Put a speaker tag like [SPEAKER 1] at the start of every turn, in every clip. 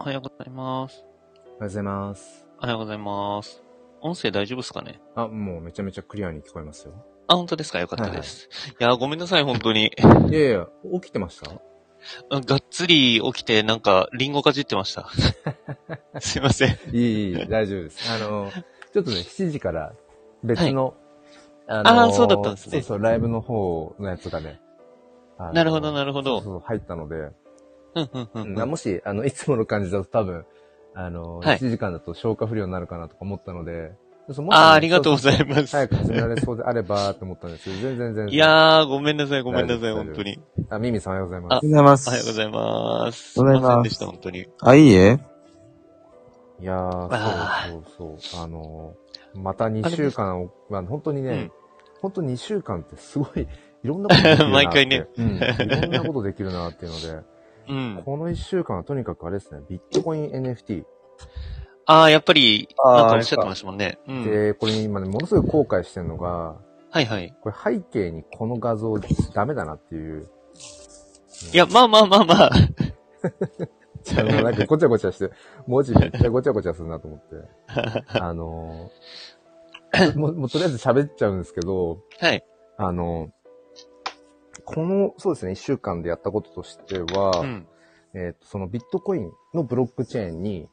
[SPEAKER 1] おはようございます。
[SPEAKER 2] おはようございます。
[SPEAKER 1] おはようございます。音声大丈夫ですかね
[SPEAKER 2] あ、もうめちゃめちゃクリアに聞こえ ますよ。
[SPEAKER 1] あ、本当ですかよかったです。いやー、ごめんなさい、本当に。
[SPEAKER 2] いやいや、起きてました
[SPEAKER 1] うんがっつり起きて、なんか、リンゴかじってました。 すいません。
[SPEAKER 2] いい、いい、大丈夫 です。あの、ちょっとね、7時から別の、あ
[SPEAKER 1] あーそうだったんですね
[SPEAKER 2] そうそう、ライブの方のやつがね。あの
[SPEAKER 1] なるほど、なるほ
[SPEAKER 2] そう
[SPEAKER 1] ど。
[SPEAKER 2] そう、入ったので、
[SPEAKER 1] うん、うん、う
[SPEAKER 2] まあ
[SPEAKER 1] ん。
[SPEAKER 2] もし、あの、いつもの感じだと多分、あの、
[SPEAKER 1] はい
[SPEAKER 2] 7時間だと消化不良になるかなとか思ったので、そうもしね
[SPEAKER 1] あー、ありがとうございま
[SPEAKER 2] そうそ
[SPEAKER 1] す。
[SPEAKER 2] う早く始められそうであればと思ったんですけど、全然全然。
[SPEAKER 1] いやー、ごめんなさい、ごめんなさい、
[SPEAKER 2] 大丈夫
[SPEAKER 1] 本当に。
[SPEAKER 2] あ、ミミさんおはようございます。
[SPEAKER 3] おはようございます。
[SPEAKER 1] おはようございます。
[SPEAKER 3] おはようございます
[SPEAKER 1] せんでした、本当に。
[SPEAKER 3] あ、いいえ。
[SPEAKER 2] いや
[SPEAKER 1] あ
[SPEAKER 2] ー、そうそうそう。あのー、また2週間を、まあ、本当にね、
[SPEAKER 1] うん
[SPEAKER 2] 本当に2週間ってすごい、 いろんなことできるなって
[SPEAKER 1] 毎回ね。
[SPEAKER 2] うん。いろんなことできるなっていうの
[SPEAKER 1] う
[SPEAKER 2] で、
[SPEAKER 1] ん。
[SPEAKER 2] この1週間はとにかくあれですね、ビットコイン NFT。
[SPEAKER 1] あー、やっぱり、
[SPEAKER 3] あー
[SPEAKER 1] なんかおっしゃってましたもんね。うん。
[SPEAKER 2] で、これ今ね、ものすごい後悔してるのが、
[SPEAKER 1] はいはい。
[SPEAKER 2] これ背景にこの画像ダメだなっていう。
[SPEAKER 1] いや、まあまあまあまあ。
[SPEAKER 2] じゃあもうなんかごちゃごちゃして、文字めっちゃごちゃごちゃするなと思って。あのー、もうもうとりあえず喋っちゃうんですけど、
[SPEAKER 1] はい。
[SPEAKER 2] あの、この、そうですね、一週間でやったこととしては、
[SPEAKER 1] うん。
[SPEAKER 2] えっ、と、そのビットコインのブロックチェーンに、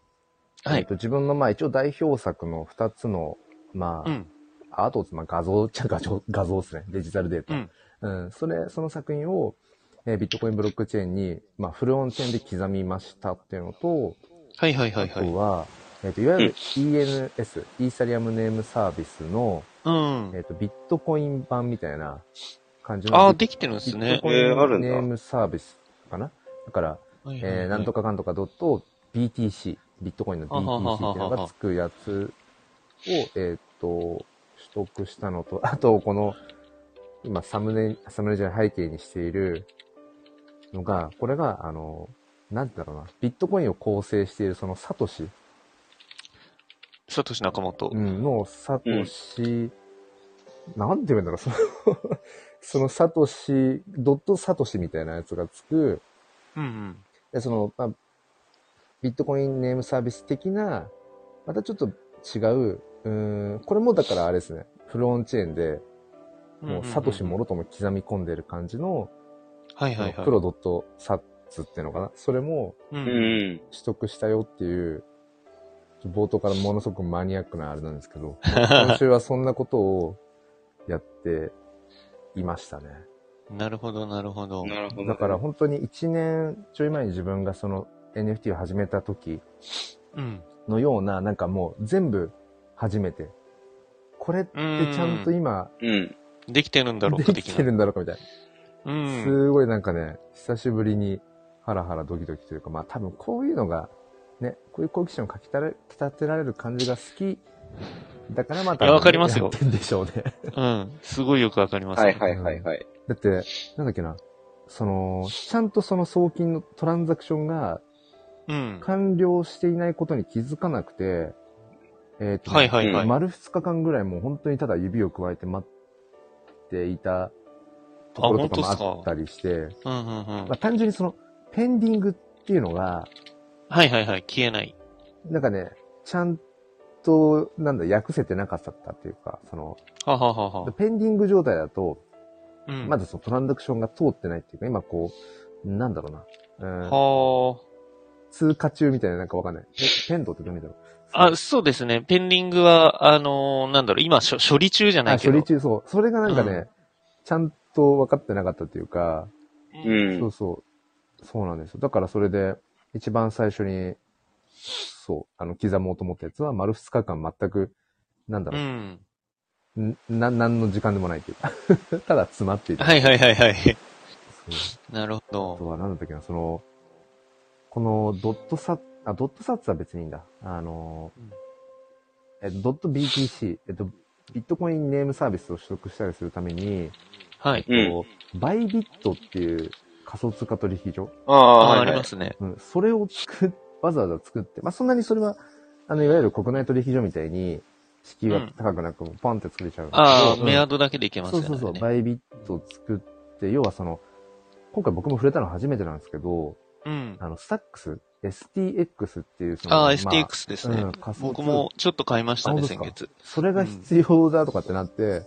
[SPEAKER 1] は
[SPEAKER 2] えっ、
[SPEAKER 1] い。
[SPEAKER 2] と、自分の、まあ、一応代表作の二つの、まあ、
[SPEAKER 1] うん。
[SPEAKER 2] アート、まあ、画像っ ちゃ画像、画像ですね、デジタルデータ。
[SPEAKER 1] うん
[SPEAKER 2] うん。それ、その作品を、えービットコインブロックチェーンに、まあ、フルオンチェーンで刻みましたっていうのと、
[SPEAKER 1] はいはいはいは
[SPEAKER 2] あと
[SPEAKER 1] い。
[SPEAKER 2] は、えっ、と、いわゆる ENS、イーサリアムネームサービスの、
[SPEAKER 1] うん
[SPEAKER 2] え。っ、と、ビットコイン版みたいな感じの。
[SPEAKER 1] あー、できてるんです
[SPEAKER 2] ビッ
[SPEAKER 1] ね
[SPEAKER 2] ト。コイン
[SPEAKER 3] えーあるんだ
[SPEAKER 2] ネームサービスかなだから、
[SPEAKER 1] はいはいはい
[SPEAKER 2] えー、なんとかかんとかドット BTC、ビットコインの
[SPEAKER 1] ははは
[SPEAKER 2] BTC
[SPEAKER 1] はは
[SPEAKER 2] っていうのがつくやつを、えーっと、取得したのと、あと、この、今、サムネ、サムネじゃない背景にしているのが、これが、あの、なんて言うんだろうな、ビットコインを構成しているそのサトシ
[SPEAKER 1] サトシ仲本
[SPEAKER 2] う。んのサトシ、なんて言うんだろう、その、そのサトシ、ドットサトシみたいなやつがつく、
[SPEAKER 1] うんうん。
[SPEAKER 2] で、その、まあ、ビットコインネームサービス的な、またちょっと違う、うーん、これもだからあれですね、フローンチェーンで、もうサトシも
[SPEAKER 1] ろ。
[SPEAKER 2] ろとも刻み込んでる感じの、
[SPEAKER 1] はいはいはい。
[SPEAKER 2] プロドットサッツっていうのかなそれも
[SPEAKER 1] う。
[SPEAKER 3] うんん。
[SPEAKER 2] 取得したよっていう、ちょっと冒頭からものすごくマニアックなあれなんです けど、今週はそんなことをやっていましたね。
[SPEAKER 1] なるほどなるほど。
[SPEAKER 3] なるほど。
[SPEAKER 2] だから、本当に1年ちょい前に自分がその NFT を始めた時、
[SPEAKER 1] うん。
[SPEAKER 2] のような、なんかもう全部初めて。これってちゃんと今、
[SPEAKER 3] うん。
[SPEAKER 1] できてるんだろうか
[SPEAKER 2] できてるんだろうかみたい
[SPEAKER 1] な。う
[SPEAKER 2] な。
[SPEAKER 1] ん。
[SPEAKER 2] すごいなんかね、久しぶりにハラハラドキドキというか、まあ多分こういうのが、ね、こういう好奇心をかきたれ、きたてられる感じが好き。だからまた、
[SPEAKER 1] いやわかりますよ
[SPEAKER 2] やってんでしょうね。
[SPEAKER 1] うん。すごいよくわかります。
[SPEAKER 3] はいはいはいはい。
[SPEAKER 2] だって、なんだっけな。その、ちゃんとその送金のトランザクションが
[SPEAKER 1] うん。
[SPEAKER 2] 完了していないことに気づかなくて、えっ、と、
[SPEAKER 1] はいはいはい。
[SPEAKER 2] 丸2日間ぐらいもう本当にただ指を加えて待っていたところと
[SPEAKER 1] あ本当っす
[SPEAKER 2] か
[SPEAKER 1] か
[SPEAKER 2] もあったりして、
[SPEAKER 1] うんうんうん
[SPEAKER 2] まあ、。単純にそのペンディングっていうのが、
[SPEAKER 1] はいはいはい。消えない。
[SPEAKER 2] なんかね、ちゃんと、なんだ、訳せてなかったっていうか、その、
[SPEAKER 1] はははは。
[SPEAKER 2] ペンディング状態だと、
[SPEAKER 1] うん。
[SPEAKER 2] まだそのトランザクションが通ってないっていうか、今こう、なんだろうな、うん、
[SPEAKER 1] は
[SPEAKER 2] 通過中みたいななんかわかんない。えペンドってどういう意味だろう
[SPEAKER 1] あ。あ、そうですね。ペンディングは、あのー、なんだろう、今、処処理中じゃない
[SPEAKER 2] あ
[SPEAKER 1] けど。
[SPEAKER 2] 処理中、そう。それがなんかね、
[SPEAKER 1] うん
[SPEAKER 2] ちゃんと分かってなかったっていうか、そ
[SPEAKER 3] う。
[SPEAKER 2] うんそう。そうなんですよ。だからそれで、一番最初に、そう、あの、刻もうと思ったやつは、丸2日間全く、なんだ
[SPEAKER 1] う
[SPEAKER 2] ろ
[SPEAKER 1] ん。
[SPEAKER 2] う、ん、な、なんの時間でもないという か、ただ詰まっていた。
[SPEAKER 1] はいはいはいはい。
[SPEAKER 2] そう
[SPEAKER 1] なるほ
[SPEAKER 2] あと
[SPEAKER 1] ど。
[SPEAKER 2] は、なんだったっけな、その、このドットサあ、ドットサッツは別にいいんだ。あの
[SPEAKER 1] うん、
[SPEAKER 2] えっと、ドット BTC、えっと、ビットコインネームサービスを取得したりするために、
[SPEAKER 1] はい。
[SPEAKER 3] うん。
[SPEAKER 2] バイビットっていう仮想通貨取引所
[SPEAKER 3] ああ
[SPEAKER 1] あ
[SPEAKER 3] は
[SPEAKER 1] あ
[SPEAKER 3] い
[SPEAKER 1] り
[SPEAKER 3] は
[SPEAKER 1] ま
[SPEAKER 3] い。
[SPEAKER 1] すね。
[SPEAKER 2] うん、それを作っ、わざわざ作って、まあ、そんなにそれは、あの、いわゆる国内取引所みたいに、敷居が高くなく、ポンって作れちゃうんですけど。
[SPEAKER 1] あ
[SPEAKER 2] う
[SPEAKER 1] あ、
[SPEAKER 2] ん
[SPEAKER 1] メアドだけでいけます
[SPEAKER 2] そ
[SPEAKER 1] よ
[SPEAKER 2] う
[SPEAKER 1] ね。
[SPEAKER 2] そうそう、バイビットを作って、要はその、今回僕も触れたの初めてなんですけど、
[SPEAKER 1] うん。
[SPEAKER 2] あの、スタックス、STX っていうその、
[SPEAKER 1] ああ、
[SPEAKER 2] ま
[SPEAKER 1] STX ですね
[SPEAKER 2] うん。仮想
[SPEAKER 1] 僕もちょっと買いました
[SPEAKER 2] あ
[SPEAKER 1] ね、
[SPEAKER 2] 本当
[SPEAKER 1] 先
[SPEAKER 2] です
[SPEAKER 1] 月。
[SPEAKER 2] それが必要だとかってなって、
[SPEAKER 1] う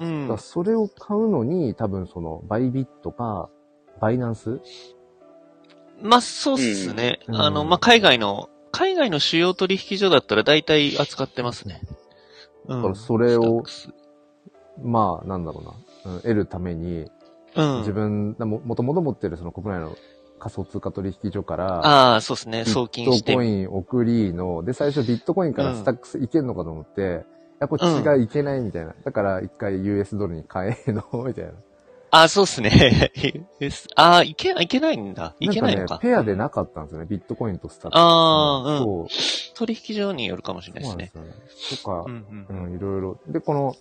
[SPEAKER 2] だ
[SPEAKER 1] ん
[SPEAKER 2] から。それを買うのに、多分その、バイビットか、バイナンス
[SPEAKER 1] まあ、そうっすね。
[SPEAKER 2] うん
[SPEAKER 1] あの、まあ、海外の、海外の主要取引所だったら大体扱ってますね。う
[SPEAKER 2] だから
[SPEAKER 1] ん。
[SPEAKER 2] それを
[SPEAKER 1] STX
[SPEAKER 2] まあ、なんだろうな、うん、得るために、
[SPEAKER 1] うん。
[SPEAKER 2] 自分、も、もともと持ってるその国内の仮想通貨取引所から、
[SPEAKER 1] ああ、そうですね。送金し
[SPEAKER 2] ビット
[SPEAKER 1] て
[SPEAKER 2] コ。イン送りの、で、最初ビットコインからスタックスいけんのかと思って、いや、こっちがいけないみたいな。だから一回 US ドルに変えの、 みたいな。
[SPEAKER 1] ああ、そうですね。US ああ、いけ、いけないんだ。いけないの
[SPEAKER 2] ん
[SPEAKER 1] か。
[SPEAKER 2] かね、ペアでなかったんですよね。ビットコインとスタックス。
[SPEAKER 1] ああ、うん
[SPEAKER 2] そう。
[SPEAKER 1] 取引所によるかもしれないで
[SPEAKER 2] そうな
[SPEAKER 1] す
[SPEAKER 2] んで
[SPEAKER 1] ね。
[SPEAKER 2] すよね。とか
[SPEAKER 1] う、ん
[SPEAKER 2] う、
[SPEAKER 1] うんんうん。
[SPEAKER 2] いろいろ。で、この、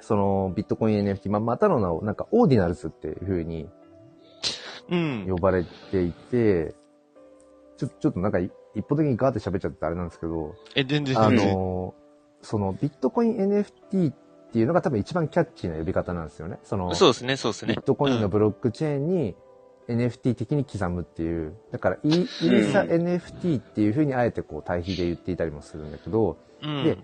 [SPEAKER 2] その、ビットコイン NFT、まあ、またの名を、なんか、オーディナルスっていう風に
[SPEAKER 1] うん。
[SPEAKER 2] 呼ばれていて、ちょ、ちょっとなんかい、一方的にガーって喋っちゃってあれなんですけど、
[SPEAKER 1] え、全然
[SPEAKER 2] あ
[SPEAKER 1] 全然。
[SPEAKER 2] の、その、ビットコイン NFT っていうのが多分一番キャッチーな呼び方なんですよね。その、
[SPEAKER 1] そうですね、そうです
[SPEAKER 2] ビ
[SPEAKER 1] ね
[SPEAKER 2] ッ。トコインのブロックチェーンに NFT 的に刻むっていう。だから、イイーサ NFT っていう風にあえてこう、対比で言っていたりもするんだけど、
[SPEAKER 1] うん。
[SPEAKER 2] で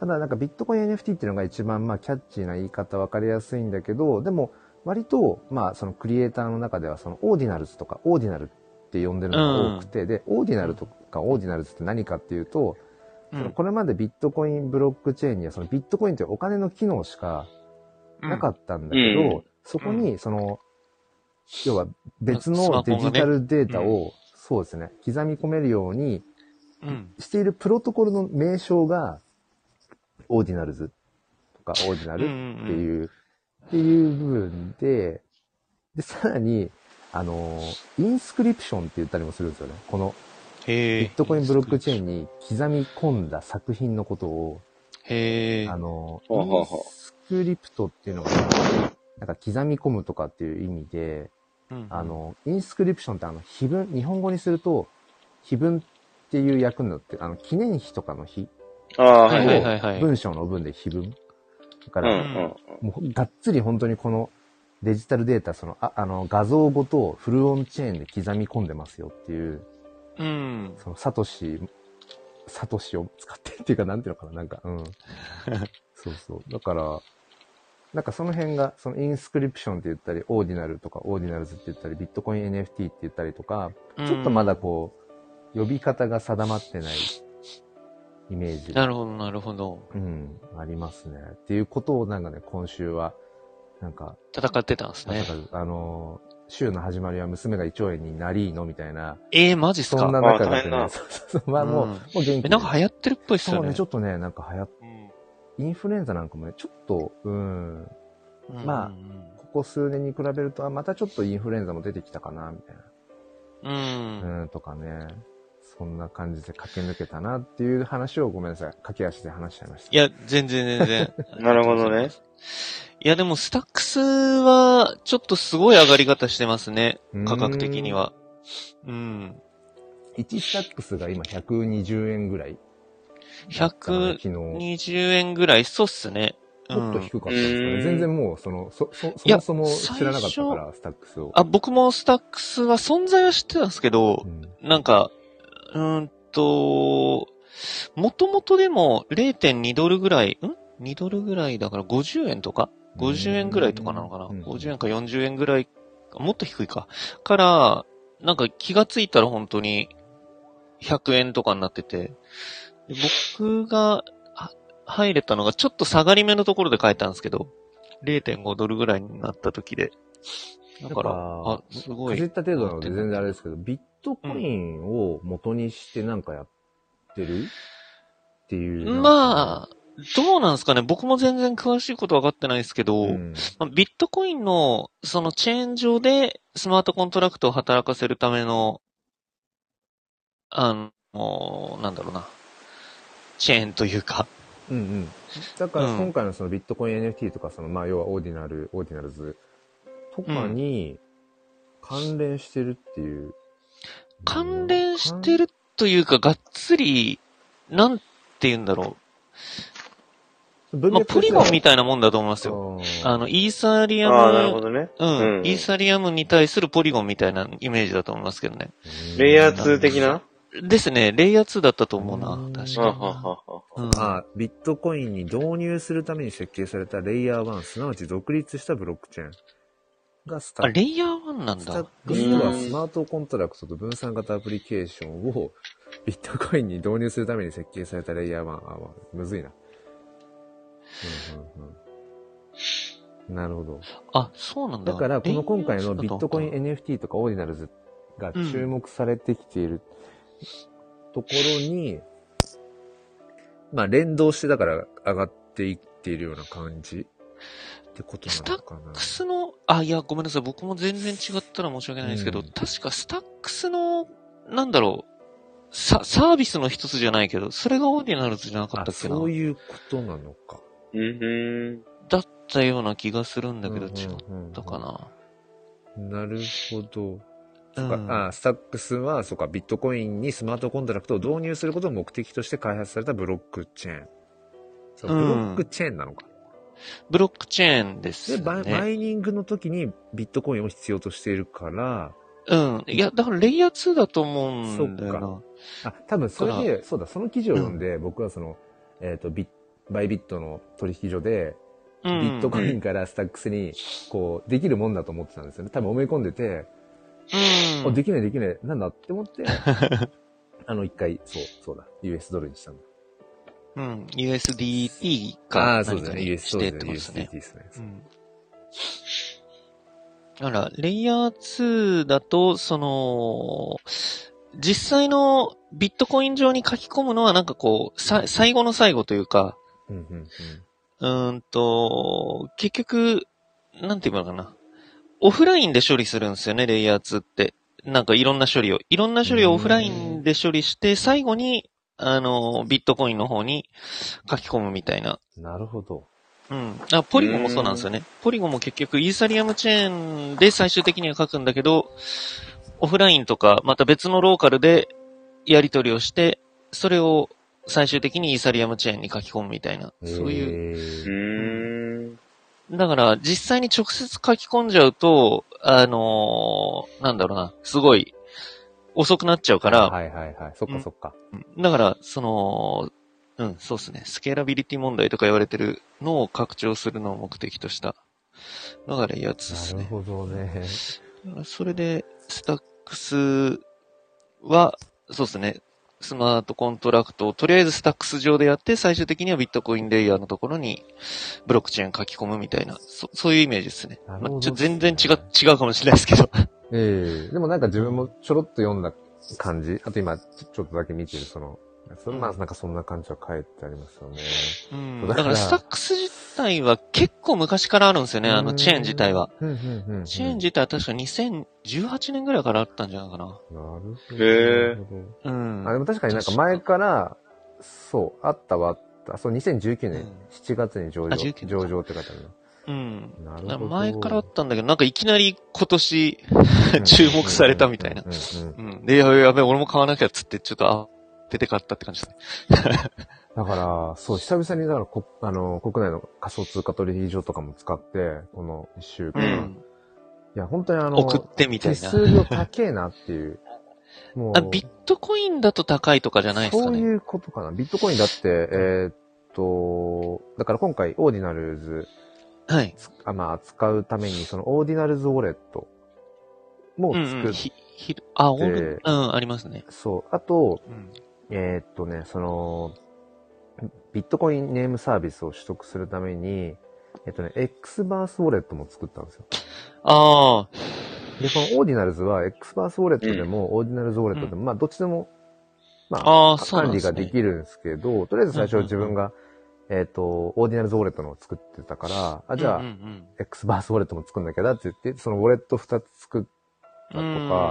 [SPEAKER 2] ただなんかビットコイン NFT っていうのが一番まあキャッチーな言い方分かりやすいんだけど、でも割とまあそのクリエイターの中ではそのオーディナルズとかオーディナルって呼んでるのが多くて、で、オーディナルとかオーディナルズって何かっていうと、
[SPEAKER 1] うん
[SPEAKER 2] そのこれまでビットコインブロックチェーンにはそのビットコインというお金の機能しかなかったんだけど、
[SPEAKER 3] うん
[SPEAKER 2] そこにその、要は別
[SPEAKER 1] スマ
[SPEAKER 2] の
[SPEAKER 1] ホが
[SPEAKER 2] デ
[SPEAKER 1] ね
[SPEAKER 2] ジタルデータを、そうですね、刻み込めるように
[SPEAKER 1] うん。
[SPEAKER 2] しているプロトコルの名称が、オーディナルズとかオーディナ
[SPEAKER 1] あ
[SPEAKER 2] ルっ
[SPEAKER 1] って
[SPEAKER 2] いう、っていう部分で、で、さらに、あの、インスクリプションって言ったりもするんですよね。この
[SPEAKER 1] へ
[SPEAKER 2] ビ
[SPEAKER 1] え。
[SPEAKER 2] ットコインブロックチェー
[SPEAKER 1] ン。
[SPEAKER 2] ンに刻み込んだ作品のことを、
[SPEAKER 1] へえ
[SPEAKER 2] あ。の、イ
[SPEAKER 3] はあはあ
[SPEAKER 2] ン
[SPEAKER 3] はあ
[SPEAKER 2] スクリプトっていうのが、なんか刻み込むとかっていう意味で、
[SPEAKER 1] うん
[SPEAKER 2] あ、の、インスクリプションってあの、碑文、日本語にすると、碑文っていう役になって、あの、記念碑とかの碑、
[SPEAKER 3] ああ、
[SPEAKER 1] は
[SPEAKER 3] はいい
[SPEAKER 1] は
[SPEAKER 3] はいい。
[SPEAKER 1] はいはい。
[SPEAKER 2] 文章の文で碑文。だか
[SPEAKER 3] うんう
[SPEAKER 2] ら、
[SPEAKER 3] ん
[SPEAKER 2] もう、がっつり本当にこのデジタルデータ、その、ああの、画像ごとフルオンチェーンで刻み込んでますよっていう、
[SPEAKER 1] うん。
[SPEAKER 2] その、サトシ、サトシを使ってっていうか、なんていうのかな、なんか、うん。そうそう。だから、なんかその辺が、そのインスクリプションって言ったり、オーディナルとか、オーディナルズって言ったり、ビットコイン NFT って言ったりとか、ちょっとまだこう、呼び方が定まってないイメージ
[SPEAKER 1] うん。なるほど、なるほど。
[SPEAKER 2] うん、ありますね。っていうことをなんかね、今週は、なんか、
[SPEAKER 1] 戦ってたんです
[SPEAKER 2] なん
[SPEAKER 1] ね。
[SPEAKER 2] かあのー週の始まりは娘が胃腸炎になりーのみたいな、
[SPEAKER 1] ええ、マジっす
[SPEAKER 2] そんな
[SPEAKER 1] か
[SPEAKER 2] 中で
[SPEAKER 3] あ大変
[SPEAKER 2] ね、
[SPEAKER 3] だ。
[SPEAKER 2] そうそうそう、まあもう、
[SPEAKER 1] うん
[SPEAKER 2] もう元気
[SPEAKER 1] え、
[SPEAKER 2] で
[SPEAKER 1] なんか流行ってるっぽいっす
[SPEAKER 2] そ
[SPEAKER 1] よ
[SPEAKER 2] う
[SPEAKER 1] ね
[SPEAKER 2] ね、ちょ。っとね、なんか流行っ
[SPEAKER 1] うん
[SPEAKER 2] インフルエンザなんかもね、ちょっと、うん、
[SPEAKER 1] うん
[SPEAKER 2] まあここ数年に比べると、あ、またちょっとインフルエンザも出てきたかな、みたい
[SPEAKER 1] う
[SPEAKER 2] な。
[SPEAKER 1] ん。
[SPEAKER 2] うん、とかね。そんな感じで駆け抜けたなっていう話をごめんなさい。駆け足で話しちゃいました。
[SPEAKER 1] いや、全然全然
[SPEAKER 3] なるほどね。
[SPEAKER 1] いや、でも、スタックスは、ちょっとすごい上がり方してますね。
[SPEAKER 2] うん
[SPEAKER 1] 価格的には。うん。
[SPEAKER 2] 1スタックスが今120円ぐらい。
[SPEAKER 1] 120
[SPEAKER 2] 昨日。
[SPEAKER 1] 円ぐらい、そうっすね。
[SPEAKER 2] ちょっと
[SPEAKER 1] うん
[SPEAKER 2] 低かったですかね。
[SPEAKER 3] うん
[SPEAKER 2] 全然もう、その、そ、そ、
[SPEAKER 1] いや
[SPEAKER 2] そもそも知らなかったから、スタックスを。
[SPEAKER 1] あ、僕もスタックスは存在は知ってたんですけど
[SPEAKER 2] う、ん、
[SPEAKER 1] なんか、うーんと、もともとでも0.2ドルぐらい、ん ?2 ドルぐらいだから50円とか50円ぐらいとかなのかな、
[SPEAKER 2] うん
[SPEAKER 1] ?50 円か40円ぐらい、もっと低いか。から、なんか気がついたら本当に100円とかになってて、で僕がは入れたのがちょっと下がり目のところで変えたんですけど、0.5ドルぐらいになった時で。だから、あ、すご
[SPEAKER 2] かじっ
[SPEAKER 1] い。
[SPEAKER 2] た程度なので全然あれですけど、ビットコインを元にしてなんかやってる、っていう。あ、
[SPEAKER 1] まあ、どうなんですかね僕も全然詳しいこと分かってないですけど、
[SPEAKER 2] うん
[SPEAKER 1] まあビットコインの、そのチェーン上でスマートコントラクトを働かせるための、あの、なんだろうな、チェーンというか、
[SPEAKER 2] うんうん。だから
[SPEAKER 1] うん
[SPEAKER 2] 今回のそのビットコイン NFT とか、そのまあ要はオーディナル、オーディナルズとかに関連してるっていう。
[SPEAKER 1] 関連してるというか、がっつり、なんて言うんだろう。
[SPEAKER 2] 文
[SPEAKER 1] まあ、プリゴンみ
[SPEAKER 2] た
[SPEAKER 1] たいなもんだと思いますよ。
[SPEAKER 2] よ
[SPEAKER 1] あの、イーサリアム、
[SPEAKER 3] ああ、なるほどね。
[SPEAKER 1] うん、
[SPEAKER 3] うん
[SPEAKER 1] イーサリアムに対するポリゴンみたいなイメージだと思いますけどね。
[SPEAKER 3] レイヤー2的な
[SPEAKER 1] ですね、レイヤー2だったと思う
[SPEAKER 2] う
[SPEAKER 1] な、
[SPEAKER 2] ん
[SPEAKER 1] 確か
[SPEAKER 3] あは
[SPEAKER 1] に。
[SPEAKER 3] はは
[SPEAKER 1] うん
[SPEAKER 2] あビットコインに導入するために設計されたレイヤー1、すなわち独立したブロックチェーンがスタ
[SPEAKER 1] あ、
[SPEAKER 2] ート。
[SPEAKER 1] レイヤー1なん
[SPEAKER 2] スタ
[SPEAKER 1] だ
[SPEAKER 2] ッ。クスはスマートコントラクトと分散型アプリケーションをビットコインに導入するために設計されたレイヤー1。あ、まあ、むずいな。うんうんうん、なるほど。
[SPEAKER 1] あ、そうなんだ。
[SPEAKER 2] だから、この今回の
[SPEAKER 1] レイ
[SPEAKER 2] ビ
[SPEAKER 1] ヤー2だ
[SPEAKER 2] ッ
[SPEAKER 1] った
[SPEAKER 2] ト
[SPEAKER 1] のか
[SPEAKER 2] コ
[SPEAKER 1] な
[SPEAKER 2] イン NFT とかオーディナルズが注目されてきているところに、まあ連動してだから上がっていっているような感じってことなのかな
[SPEAKER 1] スタッ。クスの、あ、いや、ごめんなさい。僕も全然違ったら申し訳ないですけど、
[SPEAKER 2] うん
[SPEAKER 1] 確かスタックスの、なんだろう、サ、サービスの一つじゃないけど、それがオーディナルズじゃなかった
[SPEAKER 2] あ、
[SPEAKER 1] っけな。
[SPEAKER 2] そういうことなのか。
[SPEAKER 3] うんうん。
[SPEAKER 1] だったような気がするんだけど、違っ
[SPEAKER 2] うんうんうん
[SPEAKER 1] たかな。
[SPEAKER 2] なるほど。
[SPEAKER 1] う
[SPEAKER 2] そ
[SPEAKER 1] ん
[SPEAKER 2] うかあスタックスは、そうか、ビットコインにスマートコントラクトを導入することを目的として開発されたブロックチェーン。そう
[SPEAKER 1] うん
[SPEAKER 2] ブロックチェーンなのか。
[SPEAKER 1] ブロックチェーンです、
[SPEAKER 2] で、
[SPEAKER 1] ね。
[SPEAKER 2] マイマイニングの時にビットコインを必要としているから、
[SPEAKER 1] うん。いや、だからレイヤー2だと思うんだ
[SPEAKER 2] そ
[SPEAKER 1] よ
[SPEAKER 2] あ、多分それで、そうだ、その記事を読んで、僕はその、えっ、と、ビッバイビットの取引所で、
[SPEAKER 1] な。うん。
[SPEAKER 2] ビットコインからスタックスに、こう、できるもんだと思ってたんですよね。多分思い込んでて、
[SPEAKER 1] う
[SPEAKER 2] あ
[SPEAKER 1] ん。
[SPEAKER 2] できないできない、なんだって思って、 あの、一回、そう、そうだ、US ドルにしたんだ。
[SPEAKER 1] うん。USDT
[SPEAKER 2] あ
[SPEAKER 1] か
[SPEAKER 2] あー、そう
[SPEAKER 1] 何
[SPEAKER 2] です
[SPEAKER 1] か
[SPEAKER 2] ね。
[SPEAKER 1] に
[SPEAKER 2] US
[SPEAKER 1] し
[SPEAKER 2] ド
[SPEAKER 1] てって
[SPEAKER 2] ルで
[SPEAKER 1] ことです
[SPEAKER 2] USDT
[SPEAKER 1] ね。
[SPEAKER 2] ですね。
[SPEAKER 1] うんだから、レイヤー2だと、その、実際のビットコイン上に書き込むのはなんかこう、さ、最後の最後というか、
[SPEAKER 2] うんうんうん。
[SPEAKER 1] うーんと、結局、なんて言うのかな。オフラインで処理するんですよね、レイヤー2って。なんかいろんな処理を。いろんな処理をオフラインで処理して、最後に、あの、ビットコインの方に書き込むみたいな
[SPEAKER 2] なるほど。
[SPEAKER 1] うん。あ、ポリゴンもそうなんですよね。ポリゴンも結局、イーサリアムチェーンで最終的には書くんだけど、オフラインとか、また別のローカルでやり取りをして、それを最終的にイーサリアムチェーンに書き込むみたいな、そういう。
[SPEAKER 3] う
[SPEAKER 2] いう。
[SPEAKER 3] ん。
[SPEAKER 1] だから、実際に直接書き込んじゃうと、あのーなんだろうな、すごい、遅くなっちゃうから、
[SPEAKER 2] はいはいはい。そっかそっか。
[SPEAKER 1] だから、その、うん、そうですね。スケーラビリティ問題とか言われてるのを拡張するのを目的とした。だからやつです
[SPEAKER 2] な
[SPEAKER 1] ね。
[SPEAKER 2] るほどね。
[SPEAKER 1] だからそれで、スタックスは、そうですね。スマートコントラクトをとりあえずスタックス上でやって、最終的にはビットコインレイヤーのところにブロックチェーン書き込むみたいな、そそういうイメージですね。
[SPEAKER 2] なるほ
[SPEAKER 1] ま
[SPEAKER 2] ど
[SPEAKER 1] あ
[SPEAKER 2] っす
[SPEAKER 1] ち
[SPEAKER 2] ね
[SPEAKER 1] ょ全然違う、違うかもしれないですけど。
[SPEAKER 2] ええでもなんか自分もちょろっと読んだ感じ。あと今、ちょちょっとだけ見てる、その、そのまあなんかそんな感じは書いてありますよね。
[SPEAKER 1] うん。
[SPEAKER 2] そう
[SPEAKER 1] だ
[SPEAKER 2] だか
[SPEAKER 1] かららスタックス自体は結構昔からあるんですよね、あ
[SPEAKER 2] う
[SPEAKER 1] の
[SPEAKER 2] ん
[SPEAKER 1] チェーン自体は。。
[SPEAKER 2] うんうんうんうん
[SPEAKER 1] チェーン自体は確か2018年ぐらいからあったんじゃないかな。
[SPEAKER 2] なるほど。
[SPEAKER 3] へえ
[SPEAKER 1] うん。
[SPEAKER 2] あ、でも確かになんか前から、そう、あったはあった。そう、2019
[SPEAKER 1] う
[SPEAKER 2] 年
[SPEAKER 1] ん
[SPEAKER 2] 7月に上場、
[SPEAKER 1] あ19か
[SPEAKER 2] 上場って書いてあるの
[SPEAKER 1] うん。
[SPEAKER 2] な
[SPEAKER 1] だ
[SPEAKER 2] る
[SPEAKER 1] か
[SPEAKER 2] ほ
[SPEAKER 1] ら
[SPEAKER 2] ど。
[SPEAKER 1] 前から あったんだけど、なんかいきなり今年、
[SPEAKER 2] うん
[SPEAKER 1] 注目されたみたいな
[SPEAKER 2] うんうんうん
[SPEAKER 1] うん。で、やべやべ、俺も買わなきゃっつって、ちょっと、あ、出て買ったって感じですね。
[SPEAKER 2] だから、そう、久々に、だからこ、あの、国内の仮想通貨取引所とかも使って、この1週
[SPEAKER 1] う
[SPEAKER 2] 間。
[SPEAKER 1] ん。
[SPEAKER 2] いや、本当にあの、
[SPEAKER 1] 送ってみた
[SPEAKER 2] 手
[SPEAKER 1] いな。
[SPEAKER 2] 数料高えなっ ていう。も
[SPEAKER 1] あ、ビットコインだと高いとかじゃないですか
[SPEAKER 2] そう
[SPEAKER 1] ね。
[SPEAKER 2] いうことかな。ビットコインだって、えーっと、だから今回、オーディナルズ、
[SPEAKER 1] はい。
[SPEAKER 2] つあまあ、使うために、その、オーディナルズウォレットも
[SPEAKER 1] う
[SPEAKER 2] 作っ、
[SPEAKER 1] ん、うん。ひ、ひ、あ、おる、うん、ありますね。
[SPEAKER 2] そう。あと、
[SPEAKER 1] うん。
[SPEAKER 2] えーっとね、その、ビットコインネームサービスを取得するために、えっとね、X バースウォレットも作ったんですよ。
[SPEAKER 1] ああ、
[SPEAKER 2] で、このオーディナルズは、X バースウォレットでも、オーディナルズウォレットでも、まあ、どっちでも、まあ、
[SPEAKER 1] ああ、そうなん
[SPEAKER 2] 管理
[SPEAKER 1] です
[SPEAKER 2] が
[SPEAKER 1] ね。
[SPEAKER 2] できるんですけど、とりあえず最初
[SPEAKER 1] うんうんうん
[SPEAKER 2] 自分が、えっ、と、オーディナルズウォレットのを作ってたから、あ、じゃあ、
[SPEAKER 1] うんうん、
[SPEAKER 2] X バースウォレットも作んなきゃだって言って、そのウォレット2つ作っ、
[SPEAKER 1] うん。
[SPEAKER 2] とか
[SPEAKER 1] う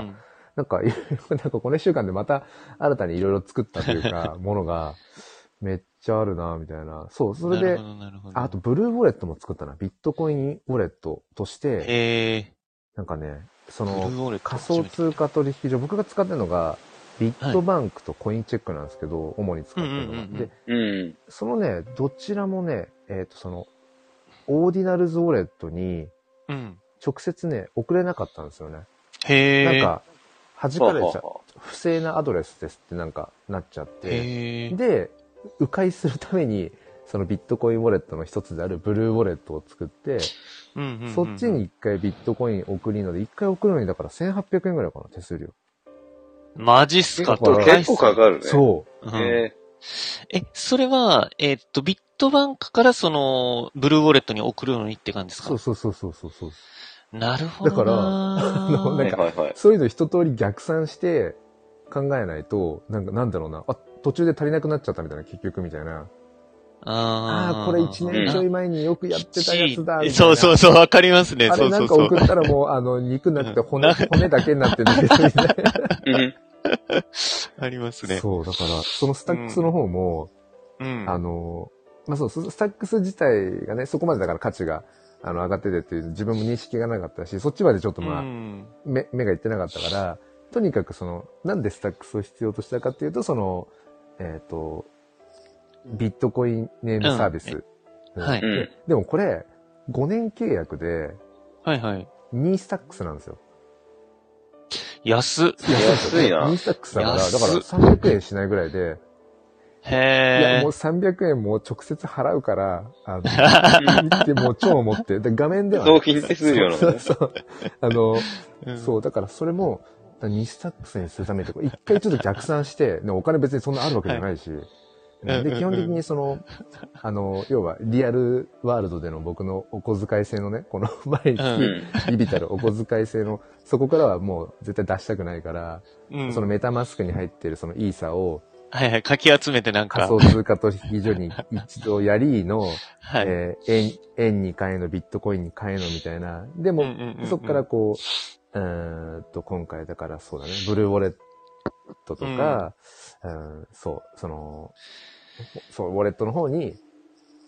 [SPEAKER 1] ん
[SPEAKER 2] なんか、い ろいろなんかこの1週間でまた新たにいろいろ作ったというか、 ものが、めっちゃあるなみたいな。そう、そ
[SPEAKER 1] な
[SPEAKER 2] れ
[SPEAKER 1] る
[SPEAKER 2] で
[SPEAKER 1] ほ、ど、なるほど。
[SPEAKER 2] ああと、ブルーウォレットも作ったな。ビットコインウォレットとして、
[SPEAKER 1] え
[SPEAKER 2] なんかね、そ
[SPEAKER 1] ー、ブル
[SPEAKER 2] の、
[SPEAKER 1] ーウォレット
[SPEAKER 2] 仮想通貨取引所、僕が使ってるのが、ビットバンクとコインチェックなんですけど、主に使ってるの
[SPEAKER 1] うん
[SPEAKER 2] が。
[SPEAKER 1] うんうんうん
[SPEAKER 2] で、
[SPEAKER 3] うん。
[SPEAKER 2] そのね、どちらもね、えっ、と、その、オーディナルズウォレットに
[SPEAKER 1] うん。
[SPEAKER 2] 直接ね、送れなかったんですよね。
[SPEAKER 1] へえ。
[SPEAKER 2] なん、か、弾かれちゃ
[SPEAKER 3] ははは
[SPEAKER 2] 不正なアドレスですってなんかなっちゃって。
[SPEAKER 1] へえ。
[SPEAKER 2] で、迂回するために、そのビットコインウォレットの一つであるブルーウォレットを作って、
[SPEAKER 1] うんうんうん
[SPEAKER 2] そっちに。一回ビットコイン送りので、一回送るのにだから1800円ぐらいかな、手数料。
[SPEAKER 1] マジっすか、
[SPEAKER 2] 結構
[SPEAKER 1] 高いっ
[SPEAKER 3] 結
[SPEAKER 1] すね
[SPEAKER 3] 構かかるね。
[SPEAKER 2] そう。
[SPEAKER 1] うん
[SPEAKER 3] え
[SPEAKER 1] え、それは、えーっと、ビットバンクからその、ブルーウォレットに送るのにって感じですか
[SPEAKER 2] そうそうそうそうそうそう。
[SPEAKER 1] なるほどな。
[SPEAKER 2] だから
[SPEAKER 1] あ
[SPEAKER 2] の
[SPEAKER 1] ー
[SPEAKER 3] ー
[SPEAKER 2] なんか
[SPEAKER 3] はいはいはい。
[SPEAKER 2] そういうの一通り逆算して考えないと、なんかなんだろうな、あ、途中で足りなくなっちゃったみたいな、結局みたいな。ああ、これ1年ちょい前によくやってたやつだ、みたいな。
[SPEAKER 1] そうそうそう、わかりますね。
[SPEAKER 2] あ
[SPEAKER 1] そ
[SPEAKER 2] れ
[SPEAKER 1] う
[SPEAKER 2] な
[SPEAKER 1] そ
[SPEAKER 2] ん
[SPEAKER 1] う
[SPEAKER 2] か
[SPEAKER 1] そ
[SPEAKER 2] 送
[SPEAKER 1] う。
[SPEAKER 2] ったらもう、あの、肉なくて
[SPEAKER 1] う
[SPEAKER 2] 骨、
[SPEAKER 1] ん
[SPEAKER 2] 骨だけになって抜けてるみたいな。
[SPEAKER 3] うん
[SPEAKER 1] ありますね。
[SPEAKER 2] そう、だから、そのスタックスの方も、
[SPEAKER 1] うん。
[SPEAKER 2] あの、まあ、そう、ススタックス自体がね、そこまでだから価値が、あの、上がっててっていう自分も認識がなかったし、そっちまでちょっとまあ、
[SPEAKER 1] うん
[SPEAKER 2] 目、目がいってなかったから、とにかくその、なんでスタックスを必要としたかっていうと、その、えっ、と、ビットコインネームサービス。
[SPEAKER 1] うんはい
[SPEAKER 2] で
[SPEAKER 3] うん
[SPEAKER 2] でもこれ、5年契約で、
[SPEAKER 1] はいはい。
[SPEAKER 2] 2スタックスなんですよ。
[SPEAKER 1] 安っ。
[SPEAKER 3] 安いな
[SPEAKER 2] 2スタックスだから、だから
[SPEAKER 1] 安っ
[SPEAKER 2] 300円しないぐらいで、いや、
[SPEAKER 1] へえ
[SPEAKER 2] もう。300円もう直接払うから、あ
[SPEAKER 3] う
[SPEAKER 2] の、でもう超思って、で画面ではね、
[SPEAKER 3] 同金手数料な
[SPEAKER 2] そ
[SPEAKER 3] の
[SPEAKER 2] う
[SPEAKER 3] ね。
[SPEAKER 2] そう。あの、
[SPEAKER 1] うん
[SPEAKER 2] そう、だからそれも、2スタックスにするためにとか、一回ちょっと逆算して、 でもお金別にそんなあるわけじゃないし、
[SPEAKER 1] いうんうんう
[SPEAKER 2] で、
[SPEAKER 1] ん
[SPEAKER 2] 基本的にその、あの、要はリアルワールドでの僕のお小遣い制のね、この毎
[SPEAKER 1] う
[SPEAKER 3] うん
[SPEAKER 2] 日、
[SPEAKER 3] ん。
[SPEAKER 2] ビビたるお小遣い制の、そこからはもう絶対出したくないから、
[SPEAKER 1] うん
[SPEAKER 2] そのメタマスクに入ってるそのイーサを
[SPEAKER 1] はいはい、かき集めてなん
[SPEAKER 2] 仮
[SPEAKER 1] か。
[SPEAKER 2] 想通貨取引所に一度やりの、
[SPEAKER 1] はい。
[SPEAKER 2] えー円、円に変えの、ビットコインに変えのみたいな。でも、
[SPEAKER 1] うんうんうんうん
[SPEAKER 2] そっからこう、うーんと、今回だからそうだね、ブルーウォレットとか、うん、そう、その、そう、ウォレットの方に、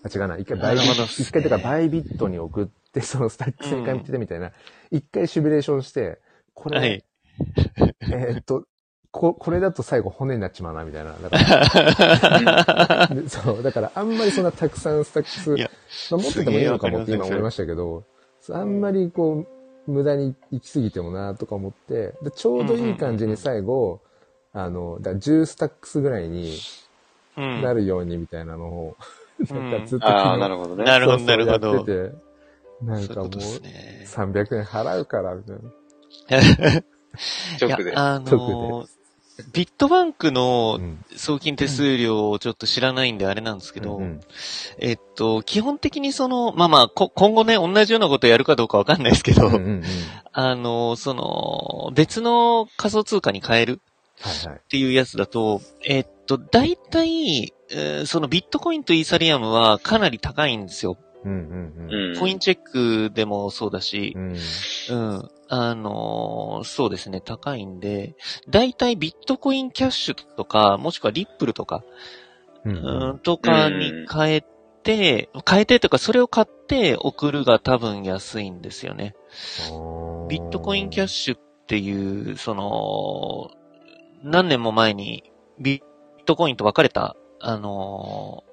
[SPEAKER 2] あ、違うな、一回バイビ
[SPEAKER 1] なるほどっすね
[SPEAKER 2] 一回だからバイビットに送って、そのスタックスに回ってみたいな、一回シミュレーションして、これ、
[SPEAKER 1] はい。
[SPEAKER 2] えーっと、こ、これだと最後骨になっちまうな、みたいな。だから でそう、だからあんまりそんなたくさんスタックス、
[SPEAKER 1] いや
[SPEAKER 2] まあ、持っててもいいのかもって
[SPEAKER 1] すげえ
[SPEAKER 2] 今
[SPEAKER 1] わかります
[SPEAKER 2] 思いましたけど、そうあんまりこう、無駄に行き過ぎてもなとか思って、でちょうどいい感じに最後、あの、だから10スタックスぐらいに
[SPEAKER 1] うん
[SPEAKER 2] なるようにみたいなのを、なんかずっと
[SPEAKER 3] ああ、な
[SPEAKER 2] る
[SPEAKER 3] るほど
[SPEAKER 1] な
[SPEAKER 3] ね。
[SPEAKER 1] るほど、なるほど。
[SPEAKER 2] やってて、なん
[SPEAKER 1] そういう
[SPEAKER 2] かも
[SPEAKER 1] こ
[SPEAKER 2] う
[SPEAKER 1] とですね。
[SPEAKER 2] 300円払うから、みたいな。
[SPEAKER 1] いや
[SPEAKER 3] 直で。
[SPEAKER 1] あ
[SPEAKER 2] 直
[SPEAKER 1] のービットバンクの
[SPEAKER 2] ん。
[SPEAKER 1] 送金手数料をちょっと知らないんであれなんですけど、
[SPEAKER 2] うん
[SPEAKER 1] えっと、基本的にその、まあまあ、こ今後ね、同じようなことやるかどうかわかんないですけど、
[SPEAKER 2] うんうんうん。はい
[SPEAKER 1] あのーその、別の仮想通貨に変える
[SPEAKER 2] はい。
[SPEAKER 1] っていうやつだと、えっと、大体、えーそのビットコインとイーサリアムはかなり高いんですよ。
[SPEAKER 2] うんうんうん。
[SPEAKER 3] うん
[SPEAKER 1] コインチェックでもそうだし、
[SPEAKER 2] うん。
[SPEAKER 1] うん。あのーそうですね、高いんで、だいたいビットコインキャッシュとか、もしくはリップルとか、
[SPEAKER 2] う
[SPEAKER 1] う
[SPEAKER 2] んうん
[SPEAKER 1] ん、とかに変えて、変えてというか、それを買って送るが多分安いんですよね。ビットコインキャッシュっていう、その、何年も前にビットコインと分かれた、あの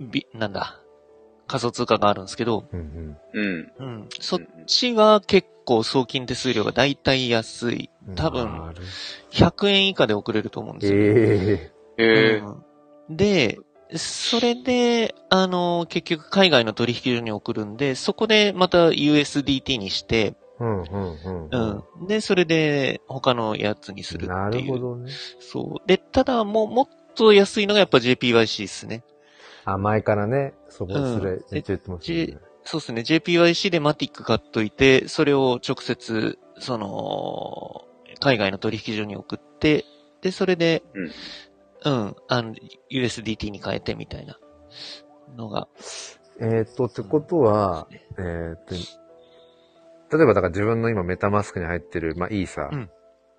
[SPEAKER 1] ービ、なんだ、仮想通貨があるんですけど、
[SPEAKER 2] うんうん
[SPEAKER 3] うん。
[SPEAKER 1] うん、そっちは結構送金手数料がだいたい安い。
[SPEAKER 2] うん
[SPEAKER 1] 多分
[SPEAKER 2] なる
[SPEAKER 1] 100円以下で送れると思うんですよ。
[SPEAKER 2] え
[SPEAKER 3] へえ。
[SPEAKER 1] うんで、それで、あの、結局海外の取引所に送るんで、そこでまた USDT にして、
[SPEAKER 2] えうんうんう。
[SPEAKER 1] うんん。で、それで他のやつにするっていう。
[SPEAKER 2] なるほ。どね。
[SPEAKER 1] そう。で、ただもう、もっと安いのがやっぱ JPYC ですね。
[SPEAKER 2] あ、前からね、そこ
[SPEAKER 1] うん
[SPEAKER 2] それ、めっちゃ言ってますよね。
[SPEAKER 1] そうですね。JPYC でマティック買っといて、それを直接、その、海外の取引所に送って、で、それで、うん。あの、USDT に変えてみたいなのが。
[SPEAKER 2] えーっと、ってことは、えーっと、例えばだから自分の今メタマスクに入ってる、まあ、イーサ
[SPEAKER 1] うん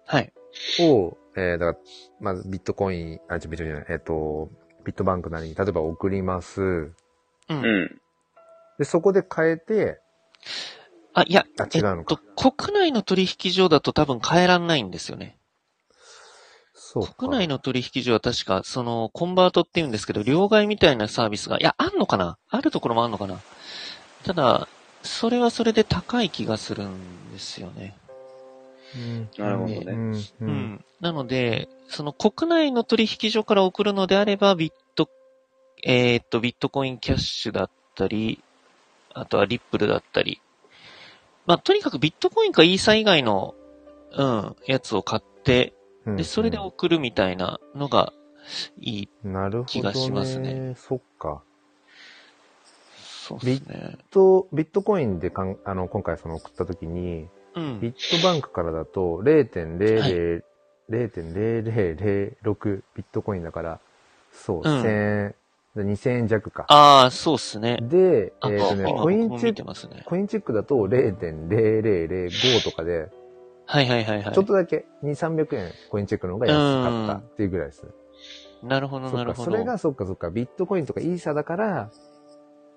[SPEAKER 1] はい。
[SPEAKER 2] を、えー、だから、まずビットコイン、あ、ちょビットコインじゃない、えーっと、ビットバンクなりに、例えば送ります。
[SPEAKER 1] うん。
[SPEAKER 3] うん。
[SPEAKER 2] で、そこで変えて、
[SPEAKER 1] あ、いや、
[SPEAKER 2] あ、違うの
[SPEAKER 1] と
[SPEAKER 2] か。
[SPEAKER 1] 国内の取引所だと多分変えらんないんですよね。
[SPEAKER 2] そうか。
[SPEAKER 1] 国内の取引所は確か、その、コンバートって言うんですけど、両替みたいなサービスが、いや、あんのかなあるところもあんのかなただ、それはそれで高い気がするんですよね。
[SPEAKER 2] うん、
[SPEAKER 3] なるほどね
[SPEAKER 2] うん。う。
[SPEAKER 1] うんん。なので、その国内の取引所から送るのであれば、ビット、えーっと、ビットコインキャッシュだったり、あとはリップルだったり。まあ、とにかくビットコインかイーサ以外の、うん、やつを買って、
[SPEAKER 2] うん
[SPEAKER 1] で、それで送るみたいなのがいい。
[SPEAKER 2] なるほど、ね。
[SPEAKER 1] 気がしますね。
[SPEAKER 2] そっか。
[SPEAKER 1] そうですね。
[SPEAKER 2] と、ビットコインでかん、あの、今回その送った時に、
[SPEAKER 1] うん。
[SPEAKER 2] ビットバンクからだと0.00、0.0006ビットコインだから、そう、
[SPEAKER 1] うん
[SPEAKER 2] 1000円、2000円弱か。
[SPEAKER 1] ああ、そうですね。
[SPEAKER 2] で、え
[SPEAKER 1] あ
[SPEAKER 2] っ、とね、
[SPEAKER 1] 今
[SPEAKER 2] コイン
[SPEAKER 1] 僕も
[SPEAKER 2] チェ
[SPEAKER 1] 見
[SPEAKER 2] ッ
[SPEAKER 1] て
[SPEAKER 2] ク、
[SPEAKER 1] ますね。
[SPEAKER 2] コインチェックだと0.0005とかで、
[SPEAKER 1] はいはいはいはい
[SPEAKER 2] ちょっ。とだけ2、300円コインチェックの方が安かったっていうぐらいですね。
[SPEAKER 1] なるほど
[SPEAKER 2] そ
[SPEAKER 1] な
[SPEAKER 2] っ
[SPEAKER 1] る
[SPEAKER 2] か、
[SPEAKER 1] ほ
[SPEAKER 2] そ
[SPEAKER 1] ど。
[SPEAKER 2] れがそっかそっか、ビットコインとかイーサだから、